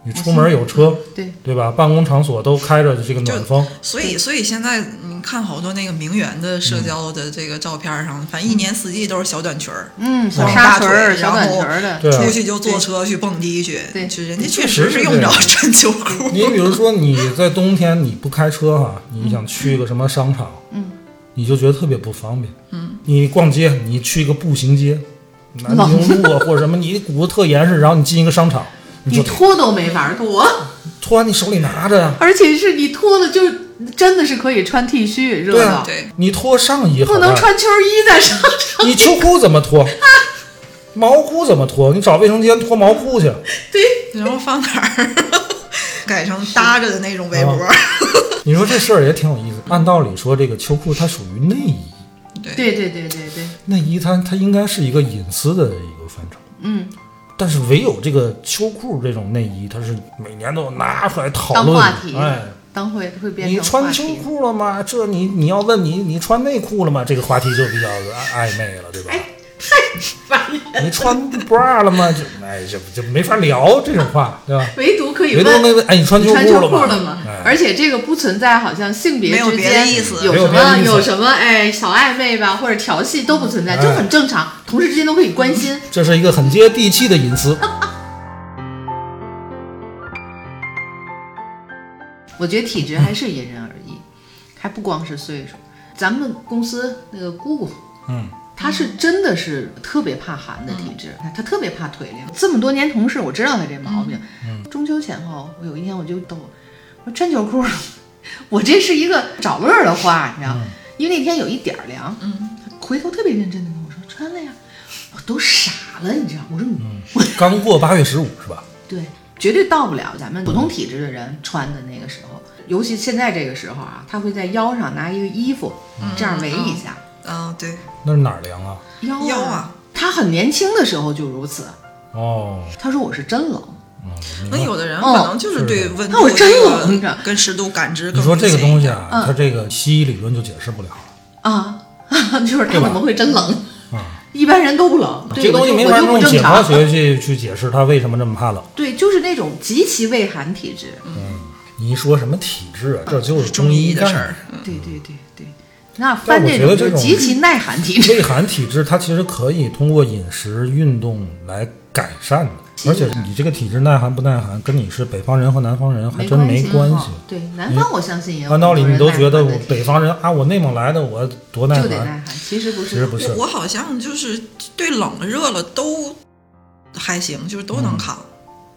A: 你出门有车，
C: 对，
A: 对吧？办公场所都开着这个暖风，
B: 所以所以现在你看好多那个名媛的
A: 嗯
B: 社交的这个照片上，反正一年四季都是小短裙儿，
C: 嗯，小
B: 嗯
C: 纱
B: 大
C: 裙儿、
B: 腿
C: 小短裙儿的，
A: 啊对啊
B: 出。去就坐车去蹦迪去，
C: 对
B: 就人家确实是用不着穿秋裤。
A: 你比如说你在冬天你不开车哈、你想去一个什么商场，
C: 嗯，
A: 你就觉得特别不方便，嗯，你逛街你去一个步行街，南京路啊或者什么，你骨头特严实，然后你进一个商场，你就
C: 你脱都没法脱，
A: 突然你手里拿着呀，
C: 而且是你脱了就真的是可以穿 T 恤热
A: 对啊
C: 的，
B: 对，
A: 你脱上啊衣好
C: 不能
A: 办
C: 穿秋衣在上 头。
A: 你秋裤怎么脱？毛裤怎么脱？你找卫生间脱毛裤去。
C: 对，
B: 然后放哪儿？ 改成搭着的那种围
A: 啊
B: 脖，
A: 你说这事儿也挺有意思。按道理说，这个秋裤它属于内衣，
B: 对，
C: 对对对对对，
A: 内衣它它应该是一个隐私的一个范畴。
C: 嗯，
A: 但是唯有这个秋裤这种内衣，它是每年都拿出来讨
C: 当
A: 论
C: 话
A: 的。
C: 题
A: 哎，
C: 当会会变
A: 你
C: 成
A: 穿
C: 话
A: 秋
C: 题。
A: 裤了吗？这你你要问你你穿内裤了吗？这个话题就比较暧暧昧了，对吧？
C: 哎烦人
A: 你穿 bra 了吗？就哎这就没法聊这种话，对吧？
C: 唯独可以
A: 别
C: 问
A: 都那个哎，你穿
C: 你
A: 秋
C: 穿秋
A: 了
C: 裤
A: 吗？
C: 了吗？
A: 哎
C: 而且这个不存在好像性别
B: 没有
C: 之
B: 别的
C: 间
B: 意思
C: 有
A: 没有
C: 什
A: 别的
C: 么
A: 意思
C: 有什么哎小暧昧吧，或者调戏都不存在，
A: 哎
C: 就很正常，同事之间都可以关心。
A: 这是一个很接地气的隐私。
C: 我觉得体质还是因人而异，还不光是岁数。咱们公司那个姑姑，
A: 嗯，
C: 他是真的是特别怕寒的体质，他特别怕腿凉。这么多年同事，我知道他这毛病。中秋前后，我有一天我就逗我说穿秋裤， 我这是一个找乐儿的话，你知道，因为那天有一点儿凉，
B: 嗯，
C: 他回头特别认真的跟我说穿了呀，我都傻了，你知道，我说你、
A: 刚过八月十五是吧？
C: 对，绝对到不了咱们普通体质的人穿的那个时候，尤其现在这个时候啊，他会在腰上拿一个衣服
A: 嗯
C: 这样围一下，
B: 啊，对，
A: 那是哪儿凉啊？
C: 腰
B: 腰啊，
C: 他很年轻的时候就如此，
A: 哦，
C: 他说我是真冷。
A: 嗯，我明
B: 那
A: 白
B: 有的人
C: 哦
B: 可能就是对温
C: 那
B: 度
C: 我
B: 这
C: 哦真
B: 个
C: 冷着
B: 跟湿度感知
A: 你
B: 更
A: 说这个东
B: 明显一
A: 西
B: 点
A: 啊，
C: 嗯
A: 它这个西医理论就解释不了
C: 啊， 就是他
A: 嗯对吧
C: 怎么会真冷？
A: 啊。
C: 一般人都不冷，对
A: 这东西
C: 我
A: 没
C: 就
A: 法
C: 我就
A: 用
C: 不
A: 解
C: 正
A: 剖
C: 常。
A: 学去去解释它为什么这么怕冷。
C: 对，就是那种极其畏寒体质。
A: 嗯你一说什么体质啊，这就是
B: 中
A: 医
B: 医的
A: 干
B: 事儿。
C: 对对对对，那
A: 嗯但
C: 翻
A: 我
C: 这
A: 觉得
C: 种
A: 这
C: 就是
A: 种
C: 极其耐寒体质。
A: 胃寒体质，它其实可以通过饮食、运动来改善的，而且你这个体质耐寒不耐寒，跟你是北方人和南方人还真没
C: 关
A: 关系。
C: 对，南方我相信也有。
A: 按道理你都觉得我北方人啊，我内蒙来的，我多啊耐
C: 就得
A: 寒，
C: 耐寒，其实不
A: 其实
C: 是。
A: 不是
B: 我。我好像就是对冷了热了都还行，就是都
A: 嗯
B: 能扛。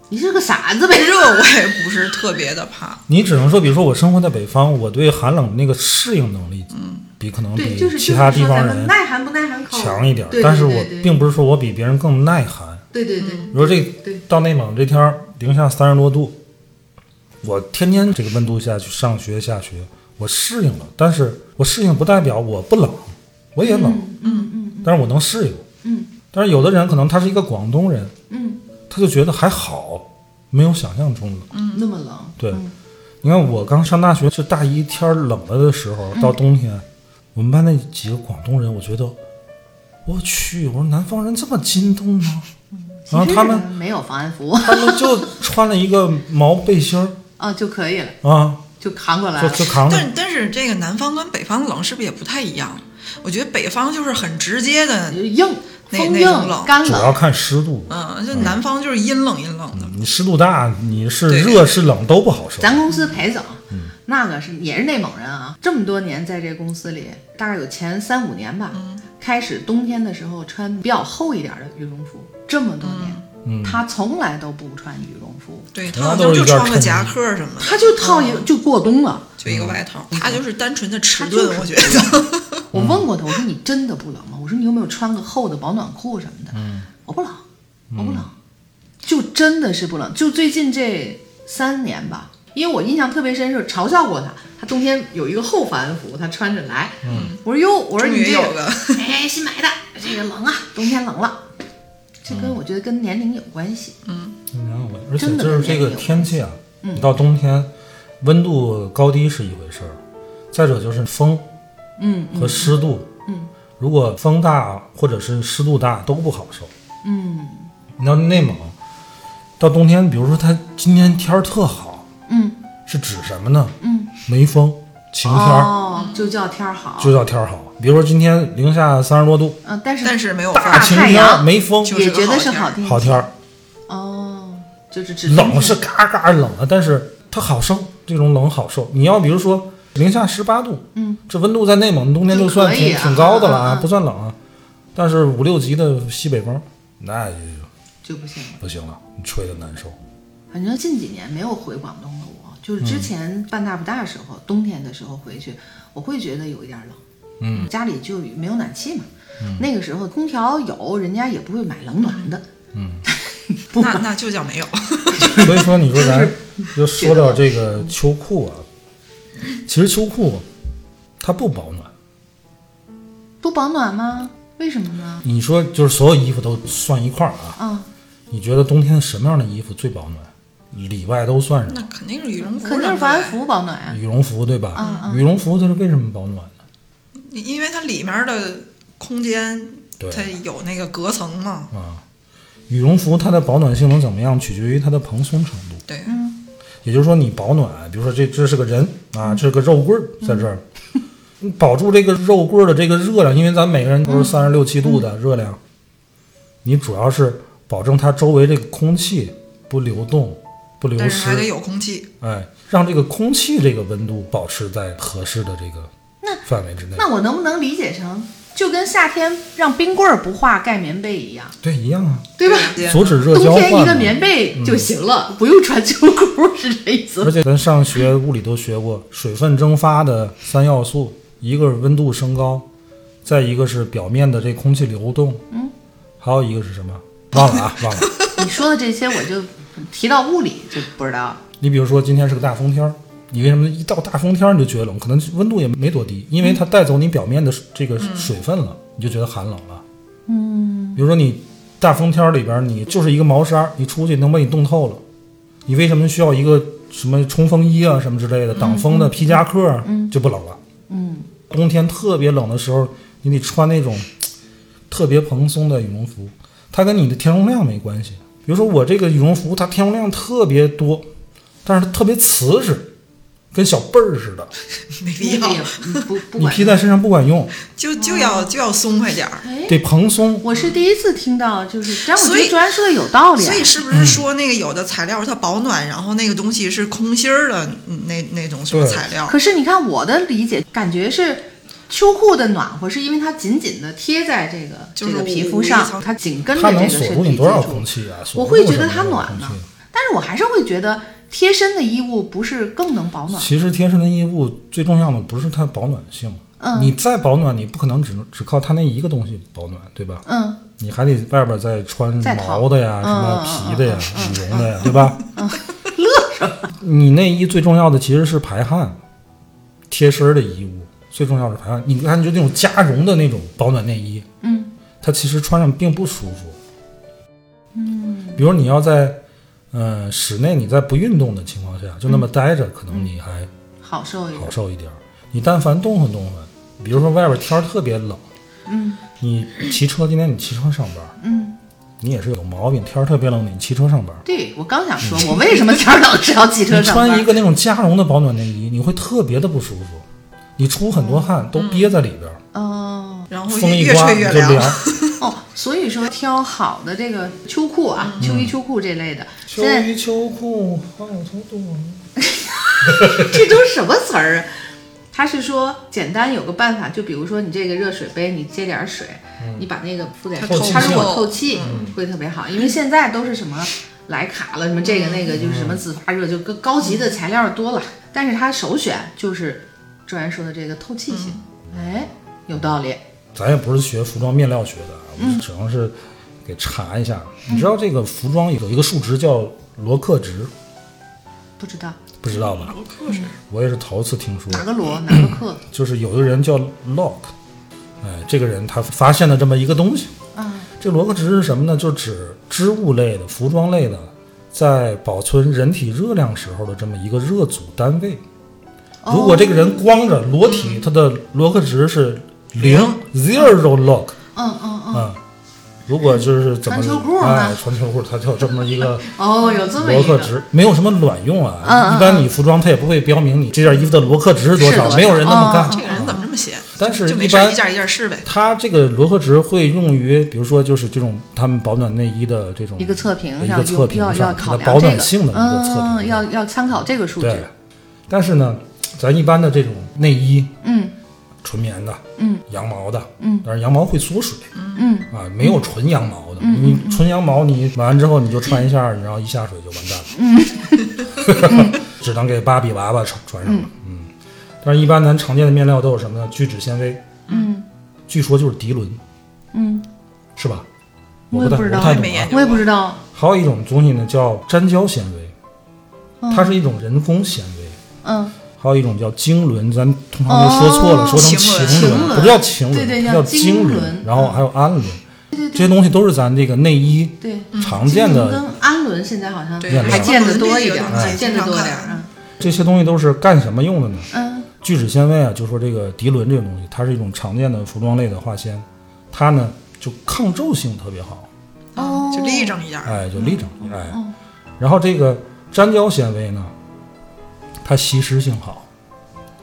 C: 你是个傻子呗？
B: 热我也不是特别的怕，
A: 你只能说，比如说我生活在北方，我对寒冷那个适应能力，比可能
C: 嗯对，
A: 比
C: 就是
A: 其
C: 就是
A: 他
C: 说
A: 地方
C: 咱们
A: 人
C: 耐寒不耐寒靠
A: 强一点儿
C: 对，对
A: 但是
C: 对
A: 我
C: 对
A: 并不是嗯说我比别人更耐寒。
C: 对对对
A: 比如这
C: 对
A: 到内蒙这天儿零下三十多度，我天天这个温度下去上学下学，我适应了，但是我适应不代表我不冷，我也冷，
C: 嗯嗯
A: 但是我能适应。
C: 嗯
A: 但是有的人可能他是一个广东人，
C: 嗯
A: 他就觉得还好，没有想象中冷。
C: 嗯，那么冷。
A: 对，你看我刚上大学是大一天儿冷了的时候，到冬天，我们班那几个广东人，我觉得，我去，我说南方人这么筋斗吗？
C: 其
A: 然后
C: 实
A: 他们
C: 没有防寒服
A: 他们就穿了一个毛背心儿
C: 啊就可以了，
A: 啊，
C: 就扛过来
A: 就
C: 了。
A: 就扛着。
B: 但但是这个南方跟北方冷是不是也不太一样？我觉得北方就是很直接的，
C: 硬，
B: 那
C: 风
B: 那
C: 硬
B: 种冷，
C: 干
A: 主要
C: 冷。
A: 看湿度，
B: 嗯，就南方就是阴冷阴冷的。
A: 你湿度大，你是
B: 对
A: 热是冷都不好受。
C: 咱公司裴总，那个是也是内蒙人啊，这么多年在这公司里，大概有前三五年吧，开始冬天的时候穿比较厚一点的羽绒服，这么多年，他从来都不穿羽绒服，
B: 对
A: 从
B: 他
A: 来
B: 好
A: 嗯都
B: 像
A: 是
B: 就
A: 一件
B: 穿个
A: 衬
B: 夹
A: 衣
B: 克什么的，
C: 他就套一个就过冬了。
B: 就一个外套，他就是单纯的迟
C: 他就
B: 钝，
C: 是
B: 我觉得。
C: 我
A: 嗯
C: 问过他，我说你真的不冷吗？我说你有没有穿个厚的保暖裤什么的？
A: 嗯
C: 我不冷，我不冷，就真的是不冷。就最近这三年吧，因为我印象特别深，是嘲笑过他，他冬天有一个厚帆服，他穿着来。
A: 嗯
C: 我说哟，我说
B: 终
C: 你
B: 于
C: 这
B: 有个，
C: 哎，新买的，这个冷啊，冬天冷了。这
A: 嗯
C: 跟我觉得跟年龄有关系，
A: 然后我而且
C: 嗯真的
A: 就是
C: 跟
A: 这
C: 人
A: 个
C: 有嗯
A: 天气啊，你到冬天，温度高低是一回事儿，再者就是风，
C: 嗯，
A: 和湿度，
C: 嗯，
A: 如果风大或者是湿度大都不好受。
C: 嗯
A: 你到内蒙，到冬天，比如说它今天天儿特好，
C: 嗯
A: 是指什么呢？
C: 嗯，
A: 没风，晴天儿。
C: 哦，就叫天儿好，
A: 就叫天儿好。比如说今天零下三十多度，
C: 嗯，但是
B: 但是没有
A: 大
B: 法
A: 晴
C: 太
A: 天儿
C: 阳
A: 没风，
B: 就是
C: 也
B: 个
C: 觉得
B: 好
C: 是
B: 天儿
C: 好天，
A: 好天儿，
C: 哦，就是只
A: 冷是嘎嘎冷了，但是它好受，这种冷好受。你要比如说零下十八度，
C: 嗯，
A: 这温度在内蒙冬天就算
C: 就可以
A: 挺
C: 啊
A: 挺高的了
C: 嗯嗯嗯
A: 不算冷啊。但是五六级的西北风，那也
C: 就不行了。
A: 不行了，你吹的难 受。
C: 反正近几年没有回广东了我，就是之前办大不大的时候，冬天的时候回去，我会觉得有一点冷。
A: 嗯，
C: 家里就没有暖气嘛，那个时候空调有，人家也不会买冷暖的。
B: 那那就叫没有。
A: 所以说，你说咱就说到这个秋裤啊，其实秋裤它不保暖。
C: 不保暖吗？为什么呢？
A: 你说就是所有衣服都算一块儿啊，
C: 啊，
A: 你觉得冬天什么样的衣服最保暖？里外都算
B: 那
A: 上，
B: 肯定是羽绒服，
C: 肯定是防寒，服保暖啊。
A: 羽绒服对吧？
C: 嗯
A: 羽绒服它是为什么保暖呢？
B: 因为它里面的空间
A: 对
B: 它有那个隔层嘛。
A: 啊，羽绒服它的保暖性能怎么样，取决于它的蓬松程度。
B: 对，
C: 嗯
A: 也就是说，你保暖，比如说这这是个人啊，这是个肉棍儿在这儿，
C: 嗯
A: 你 保住这个肉棍儿的这个热量，因为咱每个人都是三十六七度
C: 嗯
A: 的热量，你主要是保证它周围这个空气不流动、不流
B: 但是还得
A: 失，
B: 有空气。
A: 哎，让这个空气这个温度保持在合适的这个
C: 那
A: 范围之内。
C: 那我能不能理解成就跟夏天让冰棍儿不化盖棉被一样，
A: 对，一样啊，
C: 对吧？
A: 阻止热交
C: 冬天一
A: 换
C: 个
A: 嘛。
C: 棉被就行了，不用穿秋裤，是这意思
A: 而
C: 吗？
A: 且咱上学物理都学过，水分蒸发的三要素，一个是温度升高，再一个是表面的这空气流动，嗯，还有一个是什么？忘了啊，忘了。
C: 你说的这些，我就提到物理就不知道。
A: 你比如说今天是个大风天儿，你为什么一到大风天儿你就觉得冷？可能温度也没多低，因为它带走你表面的水这个水分了，你就觉得寒冷了。嗯嗯，比如说你大风天儿里边儿你就是一个毛衫儿，你出去能把你冻透了，你为什么需要一个什么冲锋衣啊什么之类的挡风的皮夹克儿就不冷了？嗯，冬天特别冷的时候，你得穿那种特别蓬松的羽绒服，它跟你的填充量没关系。比如说我这个羽绒服，它填充量特别多，但是它特别瓷实，跟小被儿似的，
B: 没必
C: 那个
B: 要
C: 也，嗯 不
A: 你
C: 不管
A: 披。在身上不管用，
B: 就就
C: 哦
B: 要就要松快点儿。
C: 哎，
A: 得蓬松。
C: 我是第一次听到，就是，但我觉
B: 所
C: 得
B: 以
C: 卓然说的有道理啊
B: 所。以是不是说那个有的材料它保暖，然后那个东西是空心儿的嗯那那种什么
A: 对
B: 材料？
C: 可是你看我的理解，感觉是秋裤的暖和，是因为它紧紧的贴在这个
B: 就
C: 这
B: 是
C: 个皮
B: 捂
C: 肤
B: 一
C: 上，
B: 层
C: 它紧跟着
A: 它
C: 这
A: 能
C: 个
A: 锁
C: 身
A: 住
C: 体
A: 你
C: 接
A: 多少
C: 触
A: 空。气啊？锁
C: 我
A: 不
C: 会
A: 住
C: 觉
A: 这
C: 得
A: 么
C: 它
A: 多
C: 暖
A: 空
C: 呢
A: 气。啊
C: 但是我还是会觉得贴身的衣物不是更能保暖？
A: 其实贴身的衣物最重要的不是它保暖性，
C: 嗯
A: 你再保暖，你不可能只只靠它那一个东西保暖，对吧？
C: 嗯，
A: 你还得外边再穿
C: 再套
A: 毛的呀、
C: 嗯
A: 什么
C: 嗯
A: 皮的呀、羽绒的呀，对吧？乐什么？ 你内衣最重要的其实是排汗，贴身儿的衣物最重要是排汗。你看，就那种加绒的那种保暖内衣，
C: 嗯，
A: 它其实穿上并不舒服。嗯，比如你要在嗯、呃室内，你在不运动的情况下，就那
C: 嗯
A: 么待着，可能你还
C: 好受一
A: 好
C: 点。
A: 受一点儿。你但凡动换动换，比如说外边天儿特别冷，
C: 嗯，
A: 你骑车，今天你骑车上班，
C: 嗯，
A: 你也是有毛病，天儿特别冷，你骑车上班，
C: 对，我刚想说，我为 什么天儿冷是要骑车
A: 你
C: 上班？
A: 穿一个那种加绒的保暖内衣，你会特别的不舒服，你出很多汗，都憋在里边儿，
C: 哦
B: 然后
A: 风
B: 越
A: 一
B: 越
A: 刮
B: 吹
A: 你
B: 越
A: 就凉。
C: 哦，所以说挑好的这个秋裤啊，秋衣秋裤这类的，
A: 嗯秋
C: 现在
A: 衣秋裤，花鸟虫肚。
C: 这都什么词儿啊？他是说简单有个办法，就比如说你这个热水杯，你接点儿水，你把那个覆在
B: 它
C: 上
A: 嗯透气嗯
C: 它如果
B: 性
C: 透气会特别好，因为现在都是什么莱卡了，什么这个
A: 嗯
C: 那个，就是什么自发热，就更高级的材料多了。但是它首选就是周然说的这个透气性，
A: 嗯
C: 哎，有道理。
A: 咱也不是学服装面料学的啊，
C: 嗯
A: 我们只能是给查一下。你知道这个服装有一个数值叫罗克值，
C: 不知道
A: 不知道吧？我也是头次听说，
C: 哪个 罗哪个克
A: 就是有一个人叫 Locke，哎，这个人他发现了这么一个东西。
C: 啊？
A: 这罗克值是什么呢？就指织物类的、服装类的，在保存人体热量时候的这么一个热阻单位。如果这个人光着裸体，他的罗克值是零 zero log
C: 嗯嗯嗯，
A: 啊。如果就是怎么
C: 穿秋裤呢
A: 哎，穿秋裤，它就有这么一个
C: 哦，有这么
A: 罗
C: 一
A: 克
C: 个。
A: 值，没有什么卵用啊。
C: 嗯嗯
A: 一般你服装它也不会标明你这件衣服的罗克值是多
C: 是多
A: 少，
C: 少
A: 没有人那么干。
C: 嗯嗯
B: 这个人怎么这么闲？
A: 但是
B: 就没
A: 一
B: 事儿
A: 般
B: 一件一件试呗。
A: 它这个罗克值会用于，比如说就是这种他们保暖内衣的这种
C: 一个测评
A: 嗯一
C: 上
A: 个测
C: 要
A: 评
C: 要
A: 上
C: 要
A: 它
C: 考量
A: 保
C: 这
A: 暖
C: 个
A: 性的一个测
C: 嗯，
A: 评
C: 要
A: 上。
C: 要参考这个数
A: 对
C: 据。，
A: 但是呢，咱一般的这种内衣，
C: 嗯，
A: 纯棉的，
C: 嗯，
A: 羊毛的，
C: 嗯，
A: 但是羊毛会缩水，
C: 嗯，
A: 啊，没有纯羊毛的，你纯羊毛你买完之后你就穿一下，然后一下水就完蛋了，
C: 嗯
A: 只能给芭比娃娃穿穿上了，嗯，但是一般咱常见的面料都有什么呢？聚酯纤维，
C: 嗯
A: 据说就是涤纶，
C: 嗯，
A: 是吧？
C: 我
A: 不
C: 也
A: 太
C: 不知
A: 我
C: 道
A: 不太
B: 没
A: 懂
B: 研
A: 啊
B: 究。
C: 我也不知道。
A: 还有一种东西呢叫粘胶纤维，
C: 嗯
A: 它是一种人工纤维。
C: 嗯，
A: 还有一种叫经纶，咱通常都说错了，
C: 哦
A: 说成
B: 晴
A: 腈
C: 纶
A: 纶，不叫腈纶，
C: 对对
A: 它
C: 叫
A: 叫
C: 经纶
A: 纶。然后还有氨纶，这些东西都是咱这个内衣
C: 对。
A: 常见
C: 嗯金
A: 的。
C: 融跟氨纶现在好像
B: 对
C: 还见得多一点，
B: 哎
C: 还见得多一点。嗯
A: 这些东西都是干什么用的呢？
C: 嗯
A: 聚酯纤维啊，就说这个涤纶这个东西，它是一种常见的服装类的化纤，它呢就抗皱性特别好，
C: 哦，
B: 嗯就立正一点儿。
A: 哎，就立正，
C: 嗯
A: 哎。然后这个粘胶纤维呢，它吸湿性好。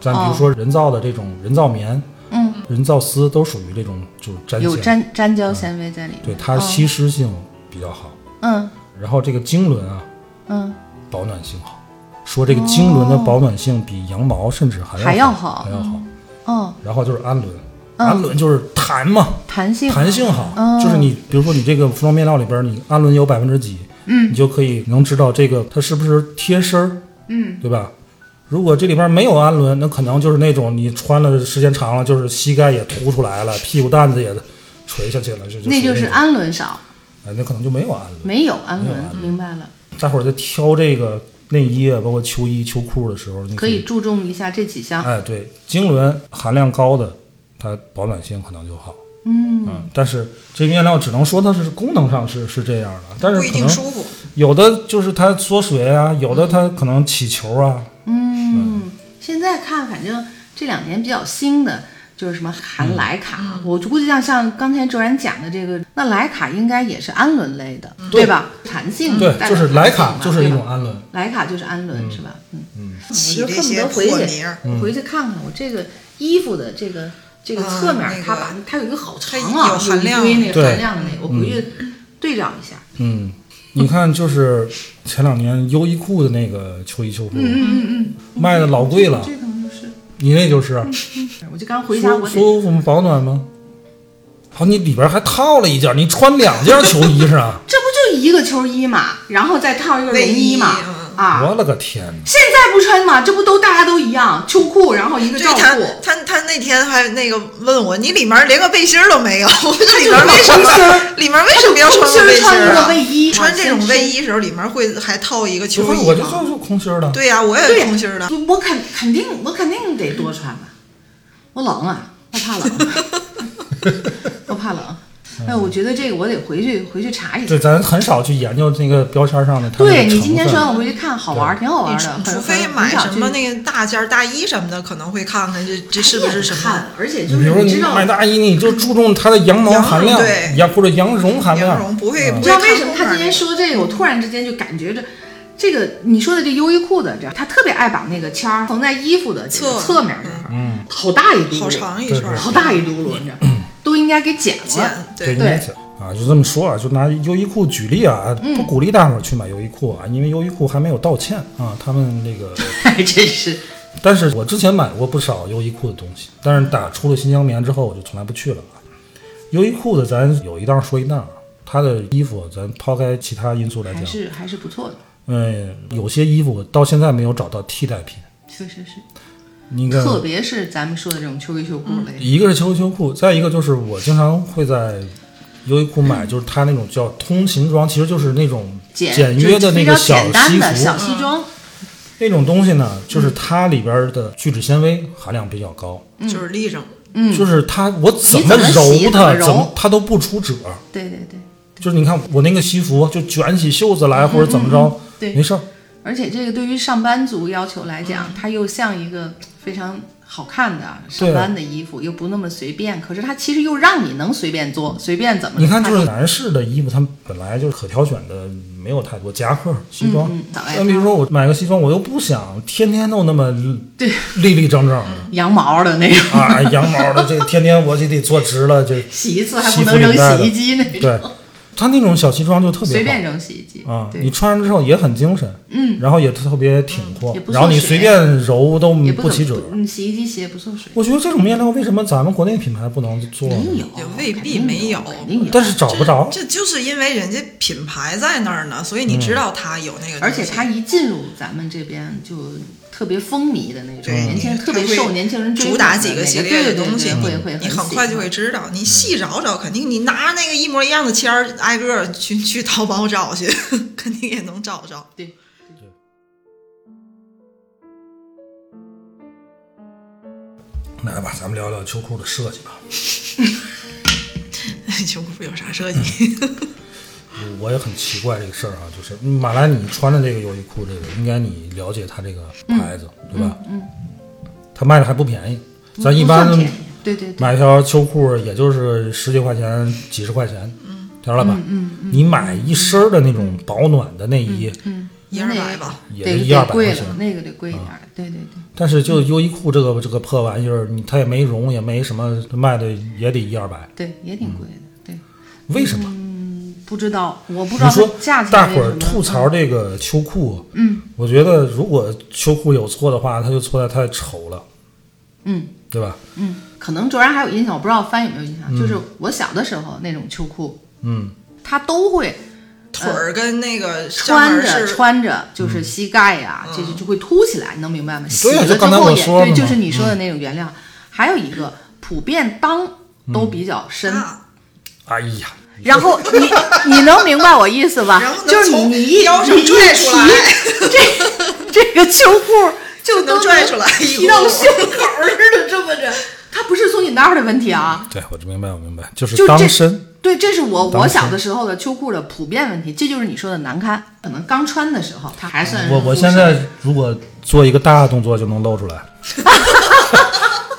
A: 咱比如说人造的这种人造棉、
C: 哦嗯，
A: 人造丝都属于这种就是嗯粘
C: 有
A: 性，
C: 粘嗯粘胶纤维在里面。
A: 对它吸湿性比较好。
C: 嗯
A: 然后这个经纶啊，
C: 嗯，哦
A: 保暖性好。说这个经纶的保暖性比羊毛甚至还要
C: 还要
A: 好，
C: 好
A: 还要好。
C: 哦嗯
A: 然后就是氨纶，氨纶就是弹嘛，
C: 弹性
A: 弹性好，
C: 嗯
A: 就是你比如说你这个服装面料里边，你氨纶有百分之几，嗯，你就可以能知道这个它是不是贴身儿，嗯，对吧？如果这里边没有氨纶，那可能就是那种你穿了时间长了，就是膝盖也凸出来了，屁股蛋子也垂下去了，就就
C: 那就是
A: 属于
C: 氨纶少，
A: 那种哎，那可能就没有嗯氨纶。
C: 没有氨纶，明白了。
A: 待会儿在挑这个内衣啊，包括秋衣、秋裤的时候，你
C: 可以啊注重一下这几项，
A: 哎，对，经纶含量高的，它保暖性可能就好。嗯但是这面料只能说它是功能上是是这样的，但是
B: 不一
A: 可
B: 定
A: 能
B: 舒服。
A: 有的就是它缩水啊，有的它可能起球啊，
C: 嗯，现在看，反正这两年比较新的就是什么含莱卡，
A: 嗯
C: 我就估计像像刚才卓然讲的这个，那莱卡应该也是氨纶类的，对吧？弹
A: 嗯
C: 性
A: 对，
C: 带
A: 就是
C: 着
A: 莱
C: 弹性
A: 卡
C: 嘛
A: 就是一，
C: 对
A: 种
C: 吧
A: 氨纶。
C: 莱卡就是氨纶、是吧？嗯嗯，我
B: 起
C: 就
B: 这
C: 恨不
B: 些
C: 得
B: 破
C: 回去
B: 泥儿，
C: 我回去看看我这个衣服的这个。这个
B: 啊
C: 侧面儿
B: 那个
C: 它把它有一个好长
B: 它
C: 啊，
B: 有含量
C: 有一堆那个
A: 对
C: 含量的那个，我回去对照一下。
A: 嗯，你看，就是前两年优衣库的那个秋衣秋裤，
C: 嗯嗯
A: 卖的老贵了
C: 嗯，，这可能就是，
A: 你那就是
C: 我就刚回家
A: 舒
C: 我得？
A: 舒服吗？保暖吗？好，你里边还套了一件，你穿两件秋衣是吧
C: 这不就一个球衣嘛，然后再套一个
B: 卫
C: 绒
B: 衣
C: 嘛
B: 嗯，
C: 啊，
A: 我了个天哪！
C: 现在不穿嘛，这不都大家都一样，秋裤，然后一个
B: 对
C: 罩
B: 他
C: 裤，，
B: 他他那天还那个问我，你里面连个背心儿都没有， 我说里面
C: 就
B: 为什
C: 空心
B: 么
C: 儿
B: 里面为什么要
C: 空心
B: 个
C: 儿
B: 背心
C: 穿
B: 儿
C: 一个
B: 啊？
C: 卫衣，
B: 穿这种卫
C: 衣，
B: 衣的时候，里面会还套一个
A: 就
B: 秋
A: 会
B: 衣
A: 我就
B: 吗？
A: 就是空心儿的，
B: 对呀、我也
C: 对
B: 是空心儿的。
C: 我肯肯定我肯定得多穿吧，我冷啊，我怕冷， 我怕冷。哎，我觉得这个我得回去回去查一下
A: 对，。咱很少去研究那个标签上的它那
C: 对
A: 个
C: 你
A: 成
C: 今天
A: 分啊
C: 说我回去看，好玩儿，挺好玩
B: 你
C: 儿
B: 除
C: 的。
B: 除
C: 很
B: 非
C: 很
B: 买
C: 很少
B: 什么
C: 去
B: 那个大件儿、大衣什么的，可能会看看这这是不是什么
C: 看，而且
A: 你
C: 就
A: 比
C: 是
A: 如说
C: 你
A: 你
C: 知道
A: 买大衣，你就注重它的羊毛
B: 羊
A: 含
B: 绒
A: 量，
B: 对
A: 羊或者羊绒含量
B: 羊，绒，不会。
A: 嗯
B: 不会
C: 你知道为什么
B: 看
C: 他
B: 后
C: 今
B: 面
C: 天说这个？我突然之间就感觉这，这个你说的这优衣库的这，他特别爱把那个签儿缝在衣服的这个
B: 侧
C: 侧面这块儿，嗯，好大一嘟噜，嗯
B: 好长一
A: 对
B: 圈儿
A: 对，
C: 好大一嘟噜，你知道，
A: 嗯
C: 都应该给剪
B: 剪
C: 了。
A: 对，
B: 对
A: 应。该讲啊，就这么说啊，就拿优衣库举例啊，
C: 嗯
A: 不鼓励大伙儿去买优衣库啊，因为优衣库还没有道歉啊，他们那 个，
C: 还哎真是，
A: 但是我之前买过不少优衣库的东西，但是打出了新疆棉之后，我就从来不去了啊。优衣库的咱有一档说一档啊，它的衣服咱抛开其他因素来
C: 还
A: 讲，
C: 是还是不错的，
A: 嗯，有些衣服我到现在没有找到替代品，
C: 确实是，
A: 你看。
C: 特别是咱们说的这种秋衣秋
B: 嗯
C: 裤类的，
A: 一个是秋衣秋裤，再一个就是我经常会在优衣库买，就是它那种叫通勤装，其实就是那种
C: 嗯简
A: 简约的那
C: 非
A: 个
C: 常
A: 小
C: 简单
A: 西服
C: 的
B: 嗯
C: 小。嗯西装，
A: 那种东西呢，就是它里边的聚酯纤维含量比较高，
B: 就是立正，
A: 就是它我怎么
C: 嗯你怎么洗
A: 揉它，
C: 怎么揉
A: 怎么它都不出褶。
C: 对对对，
A: 就是你看我那个西服，就卷起袖子
C: 嗯
A: 来或者怎么着，
C: 对
A: 没事儿。
C: 而且这个对于上班族要求来
A: 嗯
C: 讲，它又像一个非常好看的上班的衣服，又不那么随便。可是它其实又让你能随便做，随便怎么
A: 你看，
C: 它
A: 就是男士的衣服，他们本来就是可挑选的没有太多，夹克、西装。
C: 嗯早来
A: 那比如说我买个西装，我又不想天天都那么
C: 对
A: 立立正正 的
C: 羊毛的那种，
A: 啊，羊毛的，这天天我就得坐直了，这
C: 洗一次还不能扔洗衣机那种，
A: 对，他那种小西装就特
C: 随
A: 别
C: 便
A: 好。
C: 扔洗衣机
A: 啊，你
C: 对，
A: 穿上之后也很精神，嗯，然后也特别挺阔
C: 嗯也，不
A: 然后
C: 缩
A: 你
C: 水
A: 随便揉都
C: 也不
A: 不
C: 怎
A: 起
C: 么
A: 褶。
C: 不嗯，洗衣机洗也不受水，
A: 我觉得这种面料为什么咱们国内品牌不能做呢？
C: 没有
B: 也，未必
C: 肯定
B: 没有
C: 肯定有，
A: 但是找不着。
B: 这就是因为人家品牌在那儿呢，所以你知道他有那个东西，
C: 嗯而且它一进入咱们这边就特别风靡的那种，
B: 对
C: 年轻人
B: 它
C: 特别
B: 会
C: 受年轻人追
B: 主
C: 捧
B: 打
C: 的
B: 几
C: 那
B: 个系
C: 对
B: 列的
C: 对
B: 东西，
C: 对会
A: 嗯
C: 会
B: 你
C: 很
B: 很快
C: 喜
B: 就
C: 欢嗯
B: 会知道。你细找找，肯定你拿那个一模一样的签儿，挨个儿去去淘宝找去， 肯定也能找着。
C: 对。
A: 来吧，咱们聊聊秋裤的设计吧。
B: 秋裤有啥设计？
A: 嗯我也很奇怪这个事儿啊，就是马来你穿的这个优衣库这个，应该你了解它这个牌子、对吧？嗯，它卖的还不便宜，咱一般嗯
C: 不算便宜对对对，
A: 买条秋裤也就是十几块钱、几十块钱，嗯，知道吧？嗯嗯，你买一身儿的那种保暖的内衣，
B: 一二百吧，
A: 也
C: 得
A: 是一二
C: 得
A: 百
C: 贵
A: 块钱啊
C: 了，那个得贵一点儿，对对对，
A: 但是就优衣库这个这个破玩意儿，你它也没绒，也没什么，卖的也得一二百，
C: 对也
A: 嗯
C: 挺贵的，对，
A: 为什么？
C: 不知道，我不知道
A: 你说
C: 它价钱
A: 大
C: 为
A: 伙儿
C: 什么嗯
A: 吐槽这个秋裤，嗯，我觉得如果秋裤有错的话，它就错在太丑了，
C: 嗯，
A: 对吧？嗯，
C: 可能卓然还有印象，我不知道帆有没有印象，就是我小的时候那种秋裤，
A: 嗯，
C: 它都会
B: 腿儿跟那个上
C: 嗯穿
B: 面
C: 着
B: 是嗯
C: 穿着就是膝盖呀、这就就会凸起来，你能明白吗？洗
A: 嗯对呀啊
C: 了
A: 就
C: 之
A: 刚才
C: 后
A: 我
C: 也
A: 说
C: 对，
A: 了
C: 就
A: 嘛嗯
C: 是你说的那种原料。还有一个普遍裆都
A: 嗯
C: 比较深，
B: 啊，
A: 哎呀，
C: 然后你你能明白我意思吧
B: 然后？能
C: 就是你
B: 从
C: 你一
B: 腰上
C: 你一
B: 拽出来
C: 提这这个秋 裤就都
B: 能拽出来一
C: 提
B: 股
C: 到胸口儿似的，这么着。它不是松紧带儿的问题啊，
A: 对我就明白，我明白，就是
C: 就
A: 当
C: 这
A: 身，
C: 对，这是我
A: 当
C: 我
A: 时
C: 小的时候的秋裤的普遍问题，这就是你说的难堪。可能刚穿的时候，它还算是
A: 我我
C: 舒
A: 现
C: 适
A: 在如果做一个大动作就能露出来。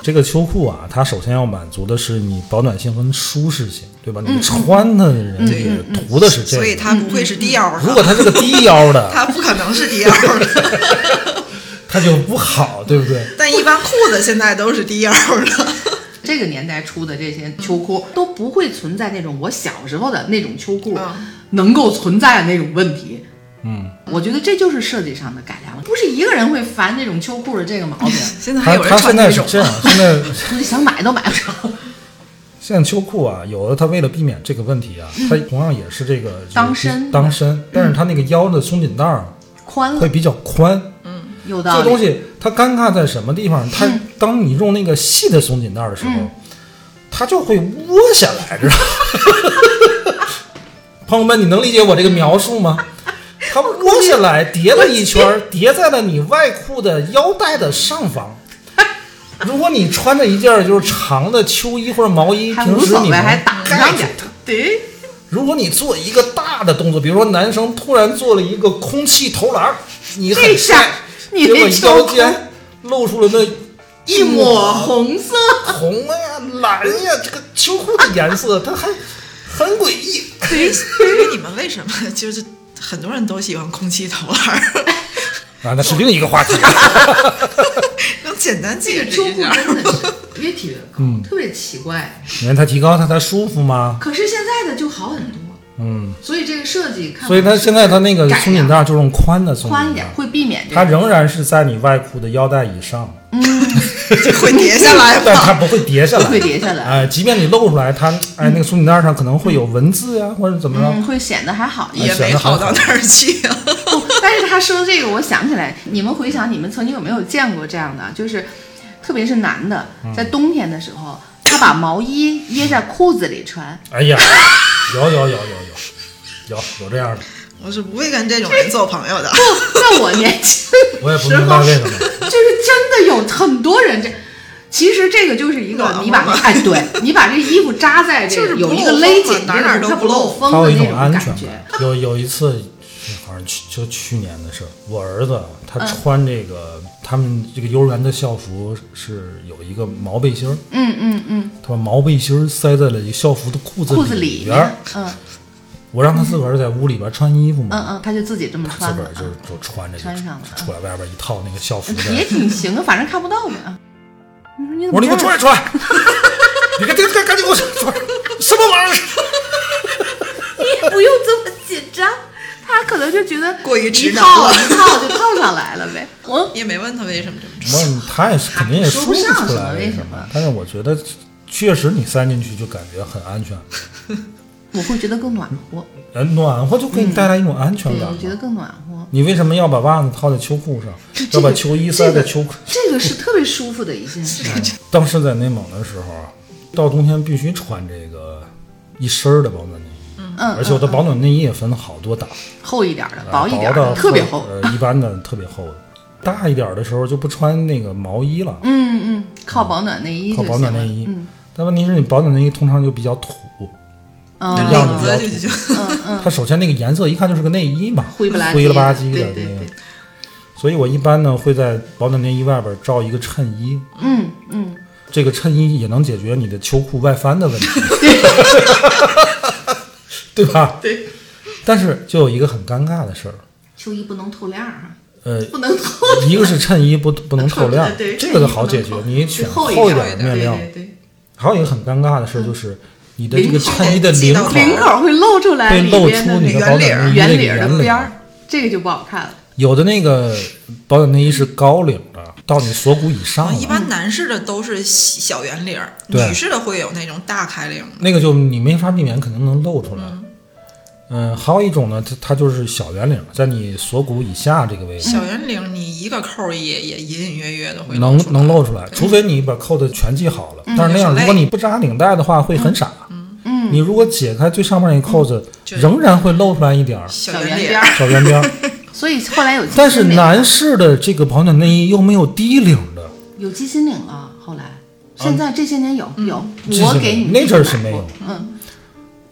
A: 这个秋裤啊，它首先要满足的是你保暖性跟舒适性，对吧？你穿的人也图的是这
B: 所以
A: 个。
B: 它不
C: 嗯
B: 会是低腰
A: 如果
B: 的，
A: 它是个低腰的，
B: 它不可能是低腰的。
A: 它就不好，对不对？
B: 但一般裤子现在都是低腰的，
C: 这个年代出的这些秋裤都不会存在那种我小时候的那种秋裤
B: 嗯
C: 能够存在的那种问题。
A: 嗯，
C: 我觉得这就是设计上的改良了，不是一个人会烦这种秋裤的这个 毛病，
B: 现在还
A: 它
B: 有人
A: 它
B: 穿
A: 现在
B: 这
A: 是
B: 种
A: 这
B: 吗
A: 样？，现在
C: 估计想买都买不着。
A: 现在秋裤啊，有的它为了避免这个问题啊，它同样也是这个
C: 嗯当身嗯
A: 当身，但是它那个腰的松紧带儿啊
C: 宽
A: 会
C: 了，
A: 比较宽。
C: 有道
A: 这东
C: 理。嗯
A: 西它尴尬在什么地方？它当你用那个细的松紧带儿的时候，它就会窝下来，知道吗？ 朋友们，你能理解我这个描述吗？它窝下来，叠了一 圈儿，叠在了你外裤的腰带的上方。如果你穿着一件儿就是长的秋衣或者毛衣，
C: 还
A: 平
C: 无
A: 时
C: 所
A: 你
C: 谓，还
A: 能
C: 挡
A: 盖
C: 上
A: 住
C: 点儿
A: 它。。
C: 对，
A: 如果你做一个大的动作，比如说男生突然做了一个空气投篮儿，你
C: 这
A: 很
C: 下
A: 帅，
C: 哎你
A: 结果
C: 这
A: 腰
C: 秋
A: 间露出了那
C: 一抹红色，
A: 红呀、蓝呀，这个秋裤的颜色，它还很诡异。
B: 对，所以你们为什么 就是很多人都喜欢空气投篮儿？
A: 啊，那是另一个 话题。
B: 能简单
C: 这
B: 解
C: 个
B: 释
C: 秋
B: 一
C: 裤
B: 下？
C: 真的是别提了，
A: 嗯
C: 特别奇怪。
A: 你看它提高，它才舒服吗？
C: 可是现在的就好很多，
A: 嗯，
C: 所以这个设计看，
A: 所以它现在它那个松紧带儿就嗯用宽的松
C: 嗯宽一
A: 紧带
C: 点
A: 儿，
C: 会避免这
A: 它
C: 个。
A: 仍然是在你外裤的腰带以上，
B: 就会跌下来
A: 但它
B: 吗？
A: 不会叠下来。
C: 会叠下来。
A: 哎，即便你露出来，它哎那个松紧带儿上可能会有文字呀，或者怎么着。
C: 嗯，会显得还好一点。
B: 也没好到哪儿去啊。
C: 不但是他说这个，我想起来，你们回想你们曾经有没有见过这样的，就是特别是男的，
A: 嗯
C: 在冬天的时候，他把毛衣掖在裤子里穿，
A: 哎呀，有有有有有有有这样的，
B: 我是不会跟这种人做朋友的。
C: 在我年轻
A: 我也不
C: 时
A: 明白
C: 候，
A: 为什么。
C: 就是真的有很多人这。其实这个就是一
B: 暖
C: 个
B: 和，
C: 你把
B: 嘛
C: 哎，对你把这衣服扎在这
B: 就
C: 个
B: 是不
C: 有一个
B: 漏
C: 勒
B: 风嘛啊
C: 紧，
B: 哪儿哪儿都
C: 它
B: 不
C: 不
B: 漏
C: 漏风
A: 还有
C: 的
A: 一
C: 那
A: 种安
C: 感
A: 全
C: 觉。
A: 感。有有一次，好像去就去年的事儿，我儿子啊他
C: 嗯
A: 穿这个、他们这个幼儿园的校服是有一个毛背心儿，
C: 嗯嗯嗯，
A: 他把毛背心儿塞在了一校服的裤子
C: 裤子
A: 里边儿
C: 面。，嗯
A: 我让他自个儿在屋里边穿衣服嘛，
C: 嗯嗯，他就自己这么
A: 自
C: 穿
A: 个
C: 了
A: 儿，就就穿着就
C: 穿上了
A: 就出来外边一套那个校服
C: 嗯
A: 的。
C: 也挺行啊，反正看不到嘛。你说你怎么
A: 我说你给我
C: 这
A: 出
C: 样
A: 来出 来，你赶紧赶赶紧给我出来，什么玩意儿？
C: 你不用这么紧张，他可能就觉得
B: 过于
C: 一
B: 执着
C: 套
B: 了
C: 一套就套上来了呗。我
B: 你也没问他为什么这么
A: 我说
B: 穿。
A: 他 也是肯定也
C: 说不
A: 不
C: 上
A: 出
C: 什
A: 来
C: 么为什
A: 什
C: 么
A: 么，但是我觉得确实你塞进去就感觉很安全。
C: 我会觉得更暖和，
A: 呃，暖和就给你带来一种安全
C: 对，
A: 感
C: 我
A: 嘛。
C: 觉得更暖和。
A: 你为什么要把袜子套在秋裤上
C: 就，这
A: 要
C: 个
A: 把秋衣塞在秋裤？
C: 这个是特别舒服的一件事，
A: 当时在内蒙的时候，啊到冬天必须穿这个一身儿的保暖内衣，
C: 嗯，
A: 而且我的保暖内衣也分好多档，
C: 厚一点的，
A: 呃
C: 薄一点
A: 的
C: 的，特别厚。
A: 呃，一般的特别厚的。大一点儿的时候就不穿那个毛衣了，
C: 嗯嗯，靠保暖内衣
A: 靠
C: 就
A: 保
C: 行了。
A: 暖内衣
C: 嗯。
A: 但问题是你保暖内衣通常就比较土，
C: 嗯
A: 样子
B: 领子就就
A: 它首先那个颜色一看就是个内衣嘛，
C: 灰不拉
A: 灰了
C: 的
A: 吧唧的
C: 对对
A: 那个
C: 对，
A: 所以我一般呢会在保暖内衣外边罩一个衬衣，
C: 嗯嗯，
A: 这个衬衣也能解决你的秋裤外翻的问题， 对吧？
C: 对。
A: 但是就有一个很尴尬的事儿，
C: 秋衣不能透亮啊，
A: 呃，
C: 不能透。，
A: 一个是衬衣不不能透亮
C: 对，
A: 这个就好解
C: 衬衣
A: 决
C: 不能，透
A: 你选厚
C: 厚
A: 一
C: 一
A: 点的面料。
C: 对对
A: 还有一个很尴尬的事儿就是，你的这个
C: 领口
A: 衬衣的
B: 系
A: 领
B: 到
A: 口
C: 对，领口会露出来，
A: 被
C: 里
A: 露
C: 边
A: 出
C: 的
A: 你
C: 那
A: 的
C: 个
A: 保
B: 圆领
A: 暖
B: 儿
A: 内衣
C: 圆
A: 的
C: 领儿
A: 圆
C: 的边
A: 领儿
C: 儿，这个就不好看了。
A: 有的那个保暖内衣是高领的，到你锁骨以上
C: 哦
B: 啊
A: 了。
B: 一般男士的都是小小圆领儿，
A: 对
B: 女士的会有那种大开领
C: 嗯
B: 的。
A: 那个就你没法避免，肯定能露出来。嗯、还有一种呢，它它就是小圆领，在你锁骨以下这个位
C: 嗯
A: 置
B: 小圆领你一个扣儿也也隐隐约约的会
A: 能
B: 出来
A: 能露出来，除非你把扣子全系好了。但是那样，
B: 有点
A: 如果
B: 累
A: 你不扎领带的话，会很傻。
C: 嗯
A: 你如果解开最上面那个扣子，
B: 就
A: 仍然会露出来一点 儿
B: 小
C: 小
B: 圆
C: 圆
B: 领
C: 边
B: 儿，
C: 儿。
A: 小圆边 儿。
C: 所以 后来有鸡
A: 但是
C: 心领
A: 男士的这个保暖内衣又没有低领的，
C: 有鸡心领了，后来现在这些年有有，
A: 啊鸡
C: 我
A: 心
C: 给
A: 领
C: 你
A: 那阵儿
C: 买
A: 是没
C: 过
A: 有
C: 嗯，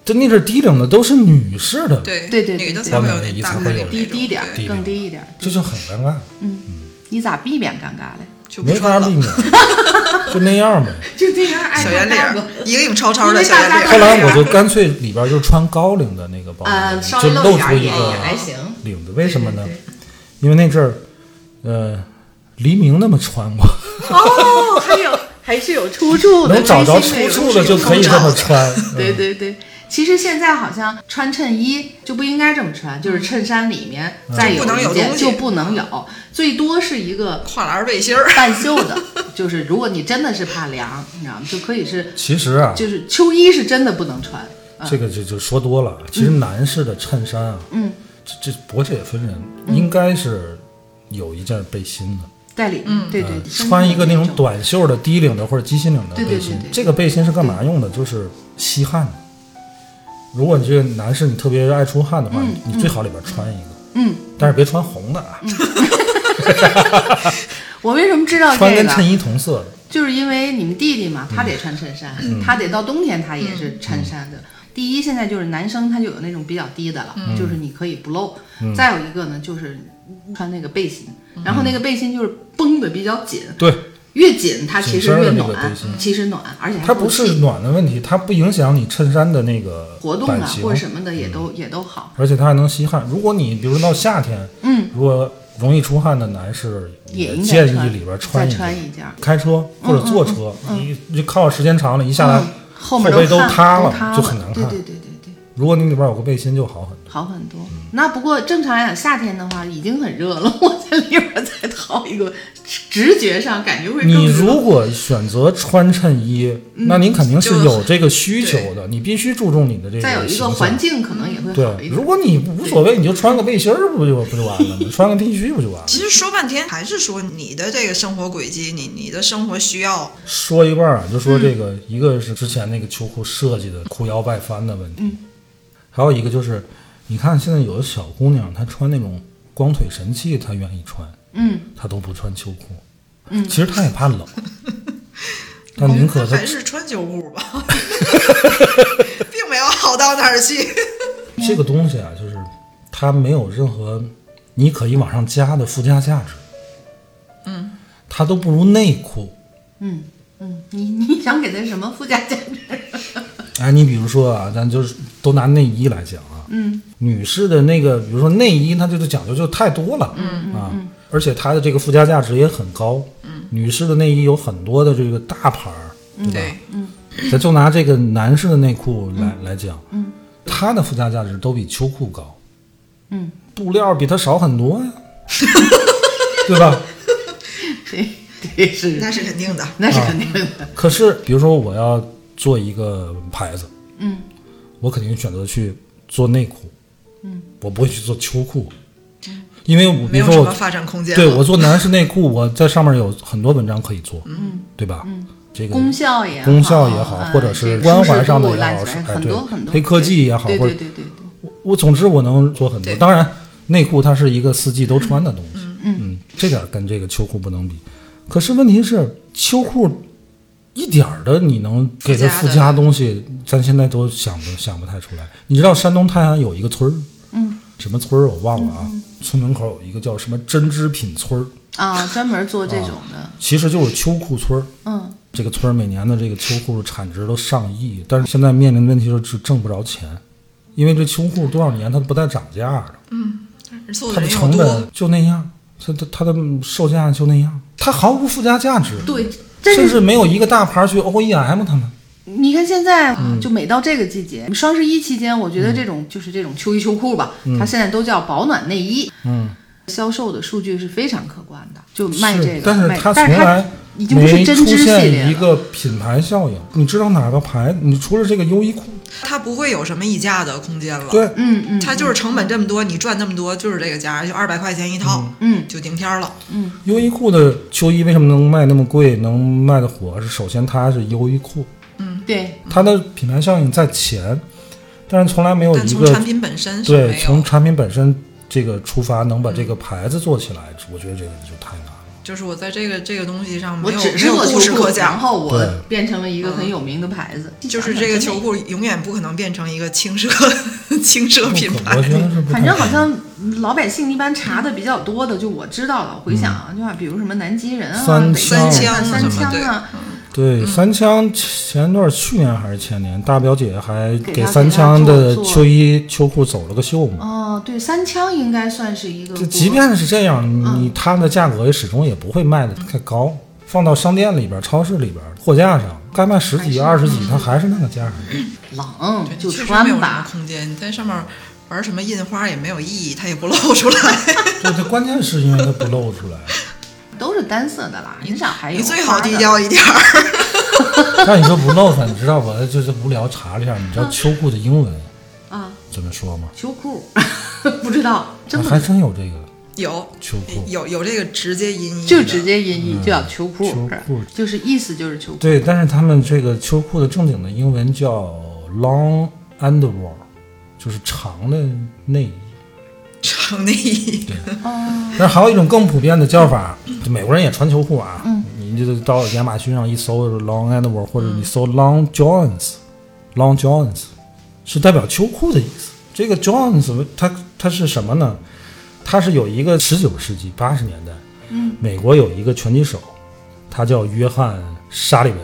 A: 就那阵儿低领的都是女士的，
B: 对
C: 对对对
B: 女的
A: 对
B: 才会有
A: 对
B: 那
A: 才
B: 大
A: 会
B: 开
A: 有
B: 领
A: 那
B: 那种
C: 低低点儿
B: 对
A: 低
C: 更
A: 点
C: 低一点儿。
A: 这就很尴尬，
C: 你咋避免尴尬嘞？
B: 就不
A: 没
B: 穿
A: 法
B: 了
A: 避。免，就那样呗。
C: 就这样爱
B: 小圆领
C: 大
B: 儿
C: 哥。，
B: 影影绰绰的小
C: 因为大
B: 圆领
C: 家
A: 后
B: 儿，
A: 来我就干脆里边就穿高领的那个包，
C: 呃，稍
A: 哦就
C: 微露
A: 露
C: 点
A: 出
C: 儿
A: 一
C: 也
A: 个
C: 也还行。
A: 领子。为什么呢
C: 对对？
A: 因为那阵儿，呃，黎明那么穿过，
C: 哦，还有还是有出处的，
A: 能找着
C: 微信
A: 出
C: 内容
A: 处
C: 是
A: 的
C: 有
A: 就可以这么
C: 出处的。
A: 穿。嗯
C: 对对对，其实现在好像穿衬衣就不应该这么穿，就是衬衫里面再
B: 嗯就不能
C: 一
B: 有
C: 件
B: 东西
C: 就不能有，最多是一个
B: 跨栏背心儿，
C: 半袖的， 就是如果你真的是怕凉，你知道吗？就可以是
A: 其实啊，
C: 就是秋衣是真的不能穿，嗯
A: 这个就就说多了。啊其实男士的衬衫啊，
C: 嗯，
A: 这这脖子也分人，应该是有一件背心的。
C: 带领，对对
A: 嗯，
C: 对
A: 穿一个那
C: 那
A: 种，短袖的、低领的或者鸡心领的
C: 对对
A: 背心
C: 对对。对
A: 这个背心是干嘛用的？就是吸汗的。如果你这个男士你特别爱出汗的话，你最好里边穿一个，
C: 嗯，
A: 但是别穿红的啊，
C: 我为什么知道
A: 穿
C: 这
A: 跟衬
C: 个？
A: 衣同色的。
C: 就是因为你们弟弟
A: 嗯
C: 嘛，他得穿衬衫，他得到冬天他也是衬衫的。
A: 嗯
C: 第一，现在就是男生他就有那种比较低的了，就是你可以不露。
A: 嗯
C: 再有一个呢，就是穿那个背心，然后那个背心就是绷得比较紧，
A: 对，
C: 越紧它其实
A: 紧身
C: 越
A: 的那个
C: 暖
A: 背心，
C: 其实暖，而且还
A: 它不是
C: 气
A: 暖的问题，它不影响你衬衫的那个
C: 活动
A: 版
C: 啊
A: 型嗯
C: 或者，什么的也都也都好。
A: 而且它还能吸汗。如果你比如说到夏天，
C: 嗯，
A: 如果容易出汗的男士，
C: 也
A: 也嗯
C: 应该
A: 建
C: 穿
A: 议里边
C: 再
A: 穿一
C: 穿
A: 件。
C: 一件嗯儿，
A: 开车或者坐车，你你靠时间长了，一下来
C: 嗯后面
A: 背都
C: 汗
A: 塌
C: 都
A: 了
C: 塌了，
A: 就很难看
C: 对对对对对。
A: 如果你里边有个背心就好很多。
C: 好很多。那不过正常来讲，夏天的话已经很热了， 我在里边再套一个，直觉上感觉会更热。
A: 你如果选择穿衬衣，
C: 嗯
A: 那您肯定是有这个需求的，你必须注重你的这
C: 再有
A: 个
C: 一
A: 形
C: 个
A: 象
C: 环。境，可能也会好
A: 对，
C: 一
A: 如
C: 点。
A: 果你无所谓，你就穿个背心儿不就不就完了吗？穿个 T 恤不就完了？
B: 其实说半天还是说你的这个生活轨迹，你你的生活需要，
A: 说一半儿啊，就说这个，一个是之前那个秋裤设计的裤腰外翻的问题，还有一个就是，你看现在有的小姑娘她穿那种光腿神器，她愿意穿，
C: 嗯，
A: 她都不穿秋裤，嗯，其实她也怕冷，她宁可她
B: 还是穿秋裤吧， 并没有好到哪儿去。
A: 这个东西啊，就是它没有任何你可以往上加的附加价值，嗯，它都不如内裤。
C: 嗯嗯，你 你想给它什么附加价值？
A: 哎，你比如说啊，咱就是都拿内衣来讲啊，
C: 嗯，
A: 女士的那个，比如说内衣，它就是讲究就太多了，嗯啊，而且它的这个附加价值也很高，嗯，女士的内衣有很多的这个大牌儿， 对吧？
B: 对，
A: 咱就拿这个男士的内裤来、来讲，嗯，它的附加价值都比秋裤高，
C: 嗯，
A: 布料比它少很多呀， 对吧？
C: 对
A: 嗯
C: 对是，
B: 那是肯定的。
C: 那是肯定的。
A: 可是比如说我要做一个牌子，
C: 嗯，
A: 我肯定选择去做内裤，嗯，我不会去做秋裤，因为我比
B: 没
A: 如
B: 有什
A: 说
B: 么
A: 我
B: 发展空间了。
A: 对我做男士内裤，我在上面有很多文章可以做，嗯，对吧？嗯，这个
C: 功效也好，
A: 功效也好
C: 嗯
A: 或者是
C: 这个
A: 关
C: 舒
A: 怀
C: 适
A: 上的
C: 度
A: 也
C: 乱
A: 好
C: 七八
A: 是
C: 糟
A: 哎
C: 很
A: 对
C: 多很多
A: 黑科技也好
C: 对
A: 或
C: 对
A: 者
C: 对对对。
A: 我我总之我能做很多。
B: 对
A: 当然，内裤它是一个四季都穿的东西，嗯这点儿跟这个秋裤不能比。可是问题是，秋裤一点儿的你能给它附
B: 附
A: 加
B: 加的
A: 东西，咱现在都想不想不太出来。你知道山东泰安有一个村儿，嗯，什么村儿我忘了啊，村门口有一个叫什么针织品村儿，
C: 啊，专门做这种的，
A: 其实就是秋裤村儿。
C: 嗯，
A: 这个村儿每年的这个秋裤产值都上亿，但是现在面临的问题是挣挣不着钱，因为这秋裤多少年它都不带涨价的。
B: 做
A: 它的
B: 的人又
A: 成
B: 多
A: 本，就那样，它它它的售价就那样，它毫无附加价值，
C: 对，真
A: 甚
C: 是
A: 至没有一个大牌去 OEM 他们。
C: 你看现在，啊
A: 嗯
C: 就每到这个季节，双十一期间，我觉得这种就是这种秋衣秋裤吧，它现在都叫保暖内衣。
A: 嗯，
C: 销售的数据是非常可观的，就卖这个，
A: 但
C: 卖
A: 是它从
C: 但是它
A: 来
C: 已经不是
A: 没
C: 针
A: 出
C: 织系列
A: 现
C: 了
A: 一个品牌效应。你知道哪个牌？你除了这个优衣库，
B: 它不会有什么溢价的空间了。
A: 对，
C: 嗯嗯
B: 它就是成本这么多，你赚那么多就是这个价，就二百块钱一套，
C: 嗯，
B: 就顶天儿了。
A: 优衣库的秋衣为什么能卖那么贵，能卖的火？是首先它是优衣库，
C: 嗯对，
A: 它的品牌效应在前，但是从来没有
B: 但
A: 一
B: 从
A: 个
B: 产品本身是
A: 对
B: 没有
A: 从，产品本身这个出发能
C: 嗯
A: 把这个牌子做起来，我觉得这个就太难了。
B: 就是我在这个这个东西上
C: 我
B: 没有
C: 只
B: 没
C: 是
B: 有
C: 做
B: 故事
C: 秋裤
B: 可，
C: 然
B: 讲。嗯
C: 后我
A: 对
C: 变成了一个很有名的牌子，
B: 就是这个
C: 想想真
B: 球
C: 美
B: 裤永远不可能变成一个轻奢 轻奢品
A: 不可
B: 牌
A: 我。觉得是不太
C: 反正好
A: 可能
C: 像老百姓一般查的比较多的，就我知道了，回想啊，就像比如什么南极人啊、
A: 嗯三
C: 北京人啊
B: 枪
C: 三
B: 什么
C: 枪
B: 对
C: 啊，
B: 嗯
A: 对，三枪前段去年还是前年，大表姐还
C: 给
A: 给
C: 她
A: 三
C: 给她
A: 枪
C: 做
A: 的
C: 做
A: 秋衣秋裤走了个秀嘛。
C: 哦，对，三枪应该算是一个
A: 就
C: 国，
A: 即便是这样，
C: 嗯
A: 你它的价格也始终也不会卖的太高。放到商店里边、超市里边、货架上，该卖十几、二十
C: 嗯
A: 几，它还是那个价 儿。
C: 冷
B: 对
C: 就
B: 确实没有
C: 穿
B: 什么
C: 吧。
B: 空间，你在上面玩什么印花也没有意义，它也不露出来。
A: 对，它关键是因为它不露出来，
C: 都是单色的啦，很少还有
B: 你最好
C: 花的
B: 低调一点儿。
A: 但你说不露它，你知道我就是无聊查了一下，你知
C: 嗯
A: 道秋裤的英文
C: 啊，
A: 怎么说吗？
C: 秋裤， 不知道，真
A: 啊
C: 哎不
A: 还真有这个
B: 有
A: 秋裤。
B: 有有这个直接音译，
C: 就直。接音译就叫秋裤，
A: 秋
C: 是吧
A: 裤
C: 就是意思就是秋裤。
A: 对，但是他们这个秋裤的正经的英文叫 long underwear，就是长的内衣。
B: 长内衣，
A: 但是还有一种更普遍的叫法，就美国人也穿秋裤啊，你就到亚马逊上一搜 long underwear，或者你搜 long johns，long johns 是代表秋裤的意思。这个 johns 它它是什么呢？它是有一个十九世纪八十年代，嗯，美国有一个拳击手，他叫约翰沙利文，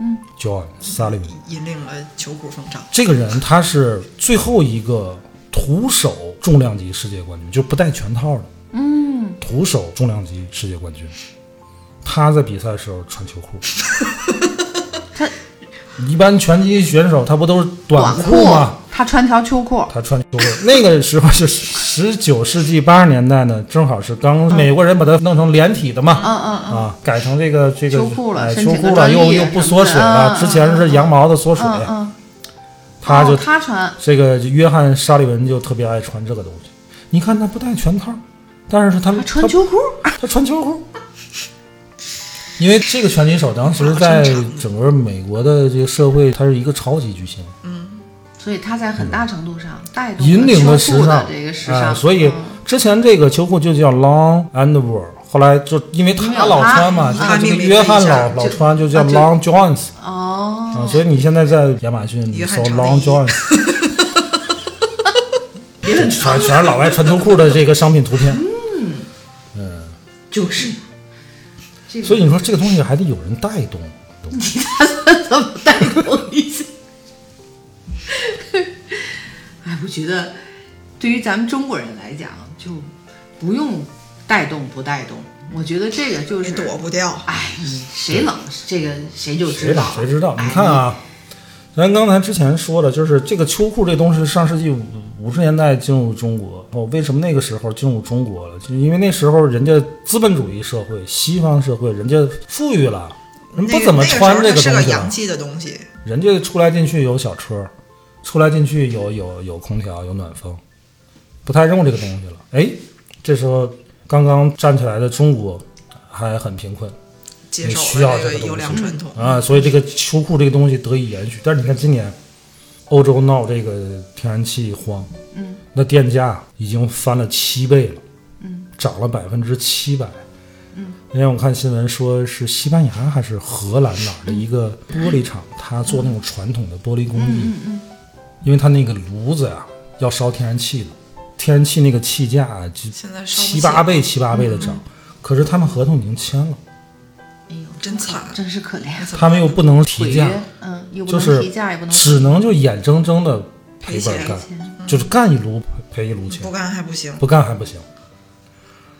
A: 嗯，John 沙利文，
B: 引领了球裤风潮。
A: 这个人他是最后一个徒手重量级世界冠军，就不带拳套的，嗯，徒手重量级世界冠军。他在比赛的时候穿秋裤。
C: 他
A: 一般拳击选手他不都是短
C: 裤
A: 吗？，
C: 他穿条秋裤，
A: 他穿秋裤。那个时候是十九世纪八十年代呢，正好是刚美国人把它弄成连体的嘛，
C: 嗯嗯嗯，
A: 啊，改成这个这个
C: 秋裤了
A: 哎
C: 申
A: 秋
C: 请
A: 裤
C: 个
A: 了，
C: 专
A: 又
C: 利
A: 又不
C: 什
A: 缩
C: 么的
A: 水了。
C: 嗯
A: 之前是羊毛的缩水，
C: 嗯嗯，
A: 他就
C: 哦他穿，
A: 这个约翰沙利文就特别爱穿这个东西。你看他不戴全套，但是他
C: 他穿秋裤，
A: 他他穿秋裤，因为这个拳击手当时在整个美国的这个社会，他是一个超级巨星，
C: 所以他在很大程度上带动
A: 引领
C: 了
A: 了
C: 秋
A: 时
C: 裤
A: 尚
C: 的，这个时
A: 哎，
C: 尚。
A: 所以
C: 嗯
A: 之前这个秋裤就叫 long underwear，后来就因为
C: 因为
A: 他
C: 有
A: 老
C: 他
A: 穿嘛，
C: 嗯
A: 这
B: 他
A: 个这
B: 命
A: 个
B: 名
A: 约
B: 了一
A: 翰
B: 下
A: 老老
C: 就
A: 穿就叫
C: 啊就
A: long johns
C: 哦，
B: 嗯
A: 啊，所以你现在在亚马逊
B: 约
A: 搜
B: 翰长内
A: long
B: 衣
A: johns。
C: 别人
A: 全全是老外穿秋裤的这个商品图片，
B: 嗯
C: 就是这个，
A: 所以你说这个东西还得有人带动。
C: 怎么带动一下？ 哎，我觉得对于咱们中国人来讲，就不用带动不带动，我觉得这个就是
B: 你躲不掉。
C: 哎，你谁冷这个谁就
A: 谁
C: 知
A: 冷
C: 道了，
A: 谁知道？
C: 哎
A: 你看，啊，咱刚才之前说的，就是这个秋裤这东西，上世纪五五十年代进入中国。哦，为什么那个时候进入中国了？就因为那时候人家资本主义社会、西方社会，人家富裕了，人不
B: 那
A: 怎么
B: 那个时候
A: 穿这
B: 它是
A: 东
B: 个
A: 西啊
B: 洋
A: 了。
B: 气的东西，
A: 人家出来进去有小车，出来进去有有有空调，有暖风，不太用这个东西了。哎，这时候刚刚站起来的中国还很贫困，
B: 接受
A: 需要
B: 了
A: 这
B: 个
A: 个
B: 优良
A: 东西
B: 传统。
A: 啊，所以这个秋裤这个东西得以延续。但是你看今年，欧洲闹这个天然气荒，嗯，那电价已经翻了七倍了，嗯，涨了百分之七百。嗯，那天我看新闻说是西班牙还是荷兰哪儿的一个玻璃厂，它做那种传统的玻璃工
B: 嗯
A: 艺，因为它那个炉子呀、啊要烧天然气的，天然气那个气价啊就
B: 现在烧不
A: 七
B: 起嗯
A: 八倍、七八倍的涨，可是他们合同已经签了，
C: 哎呦，
B: 真惨
C: 真是可怜，
A: 他们又不能
C: 毁
A: 提价，
C: 约，嗯，又不
A: 就
C: 能
A: 是
C: 提价，也不能
A: 只能就眼睁睁的赔
B: 赔
A: 本
B: 钱
A: 干，就是干一炉赔一炉钱
B: 不，干还不行。
A: 不干还不行。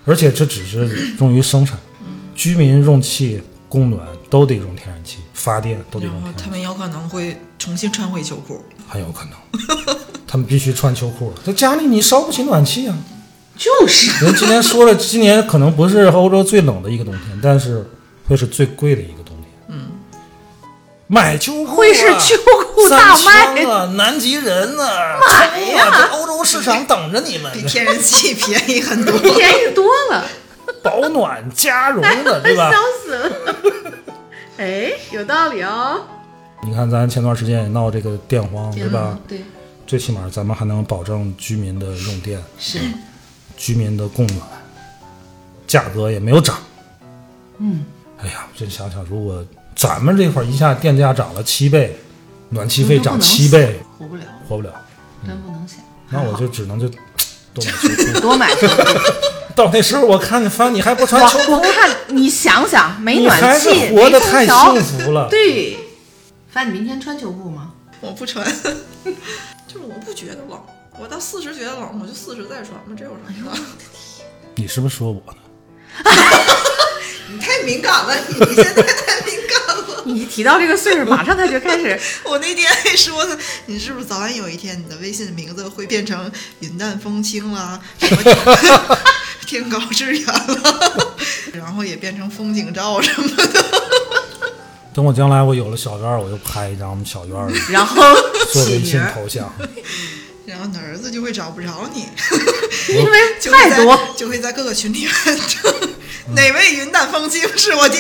A: 而且这只是用于生产，
C: 嗯
A: 居民用气、供暖都得用天然气，发电都得
B: 然
A: 用
B: 后
A: 天然
B: 他
A: 气，
B: 们有可能会重新穿回秋裤，
A: 很有可能，他们必须穿秋裤了。在家里你烧不起暖气啊，
C: 就 是
A: 人今年说了，今年可能不是欧洲最冷的一个冬天，但是会是最贵的一个冬天。嗯，买秋裤、啊、
C: 会是秋裤大
A: 三
C: 卖
A: 千啊，南极人呢、冲啊，这欧洲市场等着你们，
B: 比天然气便宜很多。
C: 便宜多 了，
A: 保暖加绒 的，对吧
C: 笑？死了。 哎，有道理哦。
A: 你看，咱前段时间也闹这个电荒，对吧？
C: 嗯对，
A: 最起码咱们还能保证居民的用电、
C: 是
A: 居民的供暖，价格也没有涨。嗯，哎呀，我真想想，如果咱们这块儿一下电价涨了七倍，暖气费涨七倍，
C: 活嗯不了，
A: 活不了。
C: 真不能想。
A: 嗯那我就只能就多 买秋裤。
C: 多买。
A: 到那时候我看你翻，你还不穿秋
C: 我我看你想想，没
A: 你还
C: 暖
A: 是
C: 气，
A: 活
C: 没
A: 得
C: 空
A: 太
C: 调
A: 幸福了
C: 对，范，你明天穿秋裤吗？
B: 我不穿， 就是我不觉得冷，我到四十觉得冷，我就四十再穿吧，这有什么的？啊
A: 你是不是说我呢？
B: 你太敏感了，你你现在太敏感了。
C: 你一提到这个岁数，马上他就开 始。
B: 我那天还说呢，你是不是早晚有一天你的微信名字会变成云淡风轻啦，什么 天高志远了， 然后也变成风景照什么的。
A: 等我将来我有了小院儿，我就拍一张我们小院儿 的
C: 然后
A: 做微
C: 起
A: 信
C: 名儿，
A: 头像。
B: 然后你儿子就会找不着你，
C: 因为
B: 就会
C: 太
B: 在
C: 多，
B: 就会在各个群里问 哪位云淡风轻是我 爹。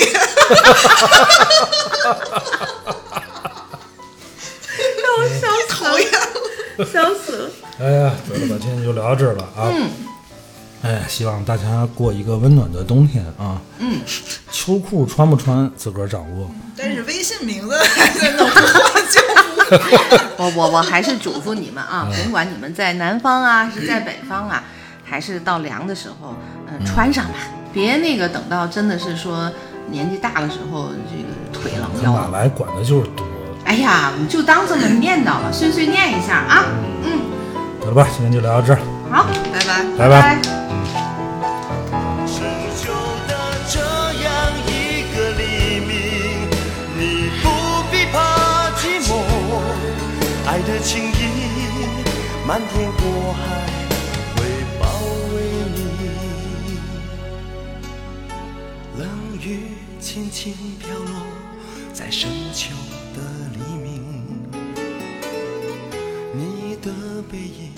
C: 我 笑
B: 讨厌了，
C: 死，笑死了。
A: 哎呀，得了吧，今天就聊到这儿了啊。嗯。哎，希望大家过一个温暖的冬天啊。嗯。秋裤穿不穿自个儿掌握。
B: 但是微信名字还在弄换就不
C: 我我我还是嘱咐你们啊，
A: 嗯
C: 甭管你们在南方啊，是在北方啊，还是到凉的时候，呃，
A: 嗯
C: 穿上吧，别那个等到真的是说年纪大的时候，这个腿冷
A: 他
C: 腰
A: 哪
C: 冷。
A: 来管的就是多。
C: 哎呀，你就当这么念叨了，碎碎念一下啊。嗯，
A: 得了吧，今天就聊到这儿，
C: 好，
B: 拜拜。
A: 拜
C: 拜。
D: 持久的这样一个黎明，你不必怕寂寞，爱的情谊漫天过海会包围你。冷雨轻轻飘落在深秋的黎明，你的背影